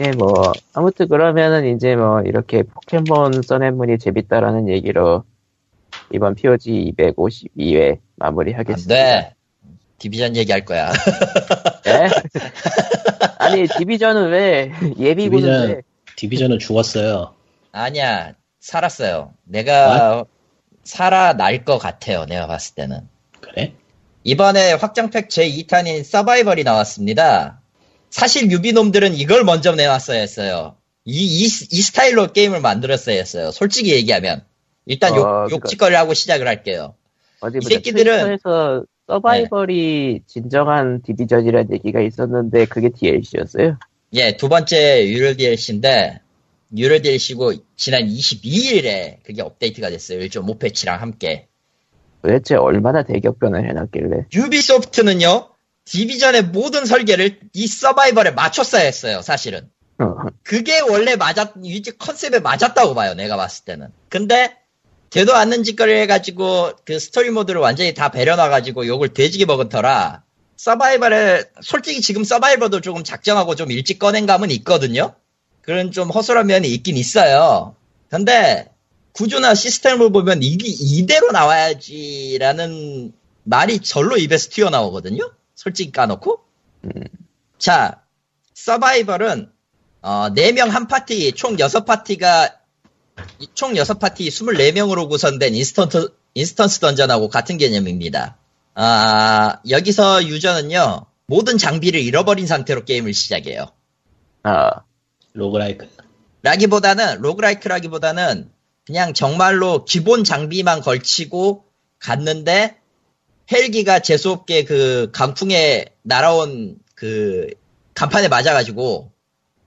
예, 뭐 아무튼 그러면은 이제 뭐 이렇게 포켓몬 써낸문이 재밌다라는 얘기로 이번 POG 252회 마무리하겠습니다. 안돼. 디비전 얘기할 거야. <laughs> 예? <laughs> 아니 디비전은 왜 예비군인데? 디비전은 죽었어요. 아니야 살았어요. 내가 살아날 것 같아요. 내가 봤을 때는. 그래? 이번에 확장팩 제2탄인 서바이벌이 나왔습니다. 사실 유비놈들은 이걸 먼저 내놨어야 했어요. 이, 이, 스- 이 스타일로 게임을 만들었어야 했어요. 솔직히 얘기하면. 일단 어, 욕, 그러니까- 욕짓거리를 하고 시작을 할게요. 어디 이 보자. 새끼들은- 네. 트위터에서 서바이벌이 진정한 디비전이라는 얘기가 있었는데 그게 DLC였어요. 예, 두 번째 유료 DLC인데, 유료 DLC고, 지난 22일에 그게 업데이트가 됐어요. 1.5 패치랑 함께. 도대체 얼마나 대격변을 해놨길래? <laughs> 유비소프트는요, 디비전의 모든 설계를 이 서바이벌에 맞췄어야 했어요, 사실은. 그게 원래 맞았, 이제 컨셉에 맞았다고 봐요, 내가 봤을 때는. 근데, 되도 않는 짓거리를 해가지고, 그 스토리 모드를 완전히 다 배려놔가지고, 욕을 돼지게 먹은 터라, 서바이벌에, 솔직히 지금 서바이벌도 조금 작정하고 좀 일찍 꺼낸 감은 있거든요? 그런 좀 허술한 면이 있긴 있어요. 근데, 구조나 시스템을 보면 이게 이대로 나와야지라는 말이 절로 입에서 튀어나오거든요? 솔직히 까놓고. 자, 서바이벌은 어, 4명 한 파티, 총 6파티가, 총 6파티 24명으로 구성된 인스턴트, 인스턴스 던전하고 같은 개념입니다. 아, 여기서 유저는요, 모든 장비를 잃어버린 상태로 게임을 시작해요. 아, 로그라이크. 라기보다는, 로그라이크라기보다는, 그냥 정말로 기본 장비만 걸치고 갔는데, 헬기가 재수없게 그 강풍에 날아온 그 간판에 맞아가지고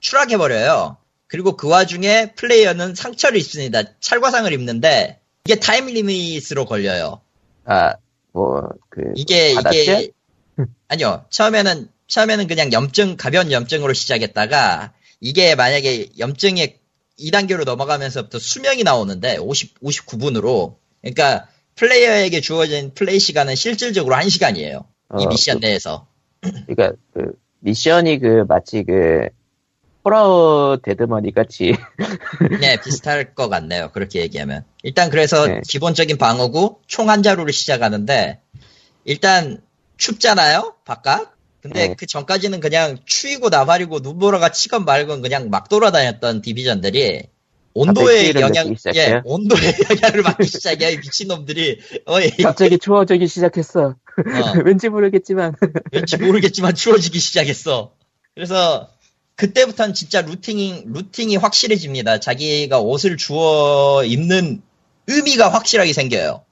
추락해버려요. 그리고 그 와중에 플레이어는 상처를 입습니다. 찰과상을 입는데, 이게 타임 리밋으로 걸려요. 아, 뭐 그 이게, 받았지? 이게, 아니요. 처음에는, 처음에는 그냥 염증, 가벼운 염증으로 시작했다가, 이게 만약에 염증이 2단계로 넘어가면서부터 수명이 나오는데, 50, 59분으로. 그러니까, 플레이어에게 주어진 플레이 시간은 실질적으로 1시간이에요. 이 어, 미션 내에서. 그러니까 그 미션이 그 마치 그 폴아웃 데드머니 같이 <laughs> 네, 비슷할 것 같네요. 그렇게 얘기하면. 일단 그래서 네. 기본적인 방어구 총 한 자루를 시작하는데 일단 춥잖아요. 바깥. 근데 네. 그 전까지는 그냥 추이고 나발이고 눈보라가 치건 말건 그냥 막 돌아다녔던 디비전들이 온도의 백기를 영향, 아, 느끼기 시작해요? 예, 온도의 <laughs> 영향을 받기 시작해 이 미친놈들이. <laughs> 어이, 갑자기 추워지기 시작했어. 어. <laughs> 왠지 모르겠지만 왠지 모르겠지만 추워지기 시작했어. 그래서 그때부터는 진짜 루팅이 루팅이 확실해집니다. 자기가 옷을 주워 입는 의미가 확실하게 생겨요.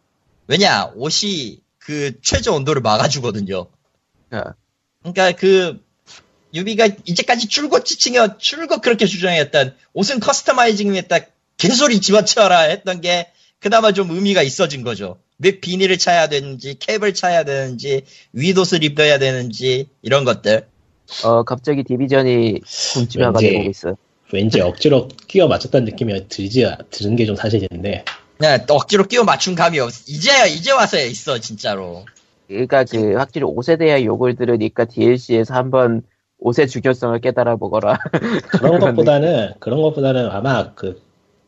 왜냐 옷이 그 최저 온도를 막아주거든요. 어. 그러니까 그 유비가 이제까지 줄곧 지칭해 줄곧 그렇게 주장했던 옷은 커스터마이징했다 개소리 집어쳐라 했던 게 그나마 좀 의미가 있어진 거죠. 왜 비닐을 차야 되는지 캡을 차야 되는지 윗옷을 입어야 되는지 이런 것들. 어 갑자기 디비전이 굶지마가 왠지- 되고 있어. 왠지 억지로 끼워 맞췄다는 느낌이 들지 드는 게 좀 사실인데 그냥 억지로 끼워 맞춘 감이 없. 이제야 이제 와서야 있어 진짜로. 그러니까 그 확실히 옷에 대한 욕을 들으니까 DLC에서 한번 옷의 중요성을 깨달아 보거라. <laughs> 그런 것보다는 그런 것보다는 아마 그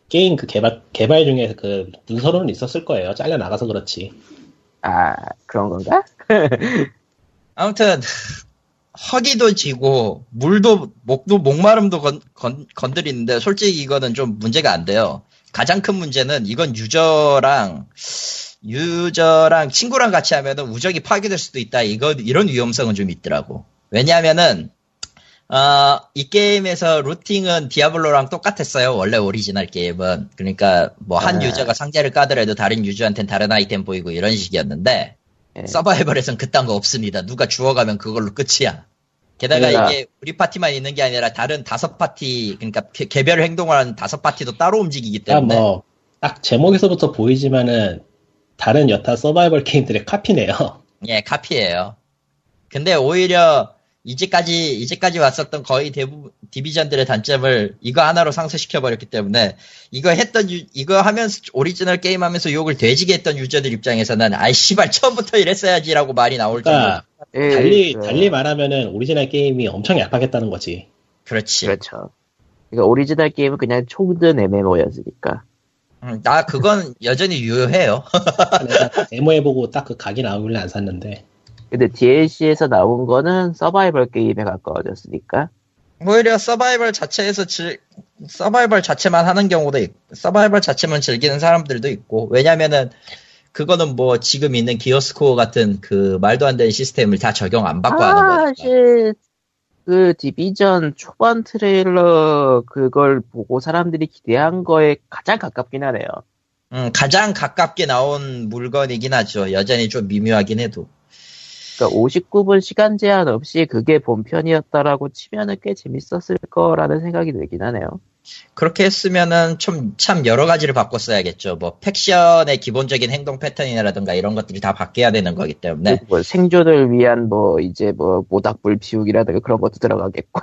게임 그 개발 개발 중에서 그 눈서론은 있었을 거예요. 잘려 나가서 그렇지. 아 그런 건가? 아무튼 허기도 지고 물도 목도 목마름도 건, 건, 건드리는데 솔직히 이거는 좀 문제가 안 돼요. 가장 큰 문제는 이건 유저랑 유저랑 친구랑 같이 하면은 우정이 파괴될 수도 있다. 이거 이런 위험성은 좀 있더라고. 왜냐하면은 어, 이 게임에서 루팅은 디아블로랑 똑같았어요. 원래 오리지널 게임은 그러니까 뭐 한 아. 유저가 상자를 까더라도 다른 유저한테는 다른 아이템 보이고 이런 식이었는데 예. 서바이벌에선 그딴 거 없습니다. 누가 주워가면 그걸로 끝이야. 게다가 그러니까- 이게 우리 파티만 있는 게 아니라 다른 다섯 파티 그러니까 개- 개별 행동을 하는 다섯 파티도 따로 움직이기 아, 때문에 뭐, 딱 제목에서부터 보이지만은 다른 여타 서바이벌 게임들의 카피네요. 예, 카피예요. 근데 오히려 이제까지 이제까지 왔었던 거의 대부분 디비전들의 단점을 이거 하나로 상쇄시켜 버렸기 때문에 이거 했던 유- 이거 하면서 오리지널 게임 하면서 욕을 되지게 했던 유저들 입장에서는 아이 씨발 처음부터 이랬어야지라고 말이 나올 정도. 그러니까 예, <laughs> 달리 그, 달리 말하면은 오리지널 게임이 엄청 약하겠다는 거지. 그렇지. 그렇죠. 그러니까 오리지널 게임은 그냥 총든 MMO였으니까. 음, 나 그건 여전히 유효해요. 내가 딱 <laughs> 데모해보고 딱 그 각이 나오길래 안 샀는데 근데 DLC에서 나온 거는 서바이벌 게임에 가까워졌으니까. 오히려 서바이벌 자체에서 즐, 서바이벌 자체만 하는 경우도 있, 서바이벌 자체만 즐기는 사람들도 있고, 왜냐면은, 그거는 뭐 지금 있는 기어스코어 같은 그 말도 안 되는 시스템을 다 적용 안 받고 하는 거니까. 아, 사실 그 디비전 초반 트레일러 그걸 보고 사람들이 기대한 거에 가장 가깝긴 하네요. 음, 가장 가깝게 나온 물건이긴 하죠. 여전히 좀 미묘하긴 해도. 그러니까 59분 시간 제한 없이 그게 본편이었다라고 치면은 꽤 재밌었을 거라는 생각이 들긴 하네요. 그렇게 했으면은 좀, 참 여러 가지를 바꿨어야겠죠. 뭐, 팩션의 기본적인 행동 패턴이라든가 이런 것들이 다 바뀌어야 되는 거기 때문에. 그리고 뭐 생존을 위한 뭐 이제 뭐 모닥불 피우기라든가 그런 것도 <laughs> 들어가겠고.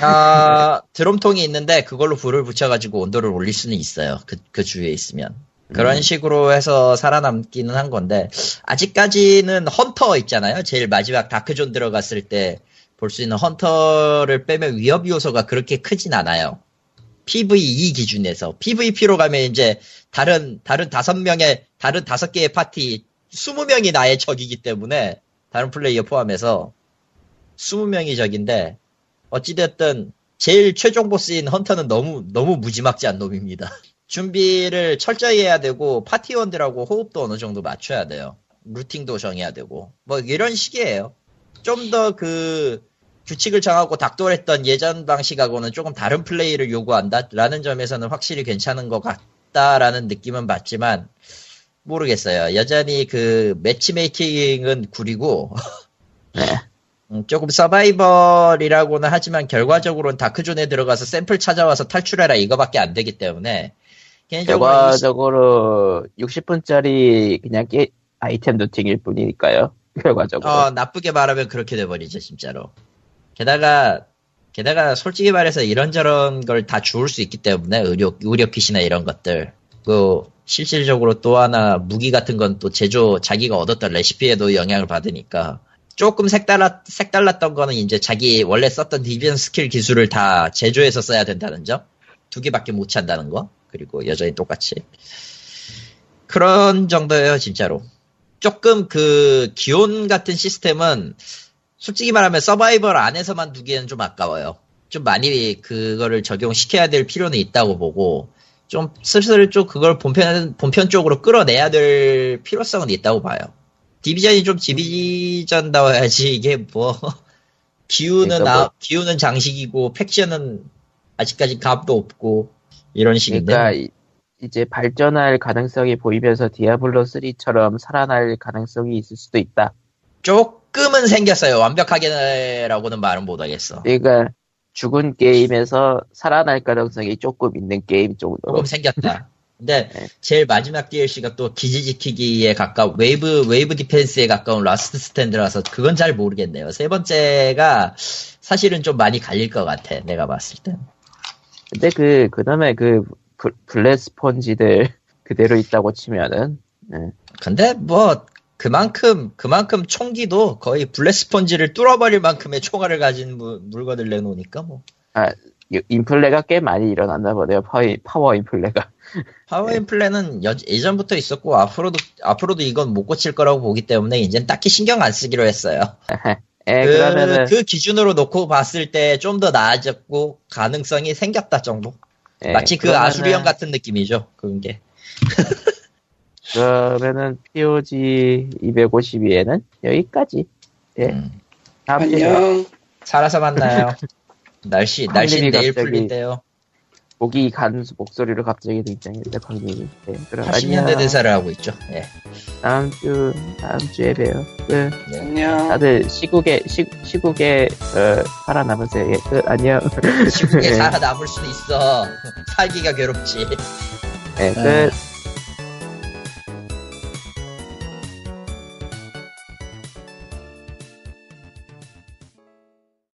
아, 드럼통이 있는데 그걸로 불을 붙여가지고 온도를 올릴 수는 있어요. 그, 그 주위에 있으면. 그런 식으로 해서 살아남기는 한 건데, 아직까지는 헌터 있잖아요. 제일 마지막 다크존 들어갔을 때 볼 수 있는 헌터를 빼면 위협 요소가 그렇게 크진 않아요. PVE 기준에서. PVP로 가면 이제 다른, 다른 다섯 명의, 다른 다섯 개의 파티, 스무 명이 나의 적이기 때문에, 다른 플레이어 포함해서 스무 명이 적인데, 어찌됐든 제일 최종 보스인 헌터는 너무 너무 무지막지한 놈입니다. <laughs> 준비를 철저히 해야 되고 파티원들하고 호흡도 어느 정도 맞춰야 돼요. 루팅도 정해야 되고 뭐 이런 식이에요. 좀 더 그 규칙을 정하고 닥돌했던 예전 방식하고는 조금 다른 플레이를 요구한다라는 점에서는 확실히 괜찮은 것 같다라는 느낌은 받지만 모르겠어요. 여전히 그 매치메이킹은 구리고 <laughs> 네. 음, 조금 서바이벌이라고는 하지만 결과적으로는 다크존에 들어가서 샘플 찾아와서 탈출해라 이거밖에 안 되기 때문에 개인적으로 결과적으로 60분짜리 그냥 게 아이템 루팅일 뿐이니까요. <laughs> 이- 결과적으로. 어, 나쁘게 말하면 그렇게 돼버리죠 진짜로 게다가 게다가 솔직히 말해서 이런저런 걸 다 주울 수 있기 때문에 의료 의료 킷이나 이런 것들 그 실질적으로 또 하나 무기 같은 건 또 제조 자기가 얻었던 레시피에도 영향을 받으니까 조금 색달랐, 색달랐던 거는 이제 자기 원래 썼던 디비전 스킬 기술을 다 제조해서 써야 된다는 점. 두 개밖에 못 찬다는 거. 그리고 여전히 똑같이. 그런 정도예요, 진짜로. 조금 그 기온 같은 시스템은 솔직히 말하면 서바이벌 안에서만 두기에는 좀 아까워요. 좀 많이 그거를 적용시켜야 될 필요는 있다고 보고 좀 슬슬 좀 그걸 본편 본편 쪽으로 끌어내야 될 필요성은 있다고 봐요. 디비전이 좀 디비전다워야지 이게 뭐 <laughs> 기우는 그러니까 뭐- 아, 기우는 장식이고 팩션은 아직까지 값도 없고 이런 식인데 그러니까 이- 이제 발전할 가능성이 보이면서 디아블로 3처럼 살아날 가능성이 있을 수도 있다. 조금은 생겼어요. 완벽하게라고는 말은 못하겠어. 그러니까 죽은 게임에서 살아날 가능성이 조금 있는 게임 정도로. 조금 생겼다. 근데 어. 네. 제일 마지막 DLC가 또 기지지키기에 가까운 웨이브 웨이브 디펜스에 가까운 라스트 스탠드라서 그건 잘 모르겠네요. 세 번째가 사실은 좀 많이 갈릴 것 같아. 내가 봤을 때. 근데 그 그놈의 그 블- 블랙스펀지들 그대로 있다고 치면은 근데 뭐 그만큼 그만큼 총기도 거의 블랙 스펀지를 뚫어버릴 만큼의 총알을 가진 무- 물건을 내놓으니까 뭐 이- 인플레가 꽤 많이 일어났나 보네요. 파워, 파워 인플레가. 파워 인플레는 여- 예전부터 있었고 앞으로도 앞으로도 이건 못 고칠 거라고 보기 때문에 이젠 딱히 신경 안 쓰기로 했어요. 예, 그, 그러면은 그 기준으로 놓고 봤을 때 좀 더 나아졌고 가능성이 생겼다 정도. 예, 마치 그 그러면은- 아수리언 같은 느낌이죠. 그런 게. 그러면은 POG 252에는 여기까지. 예. 음. 다음 주에 안녕. <laughs> 살아서 만나요. 날씨 날씨 황님이 내일 갑자기 풀린대요. 목이 간 목소리로 갑자기 등장했는데 광님이. 예, 그럼 80년대 안녕. 대사를 하고 있죠. <laughs> 예. 다음 주 다음 주에 봬요. 끝. 안녕. 다들 시국에 시, 시국에 어, 살아남으세요. 예, 끝. 안녕. <laughs> 시국에 예, <laughs> 살아남을 수 있어. 살기가 괴롭지. 예, 끝.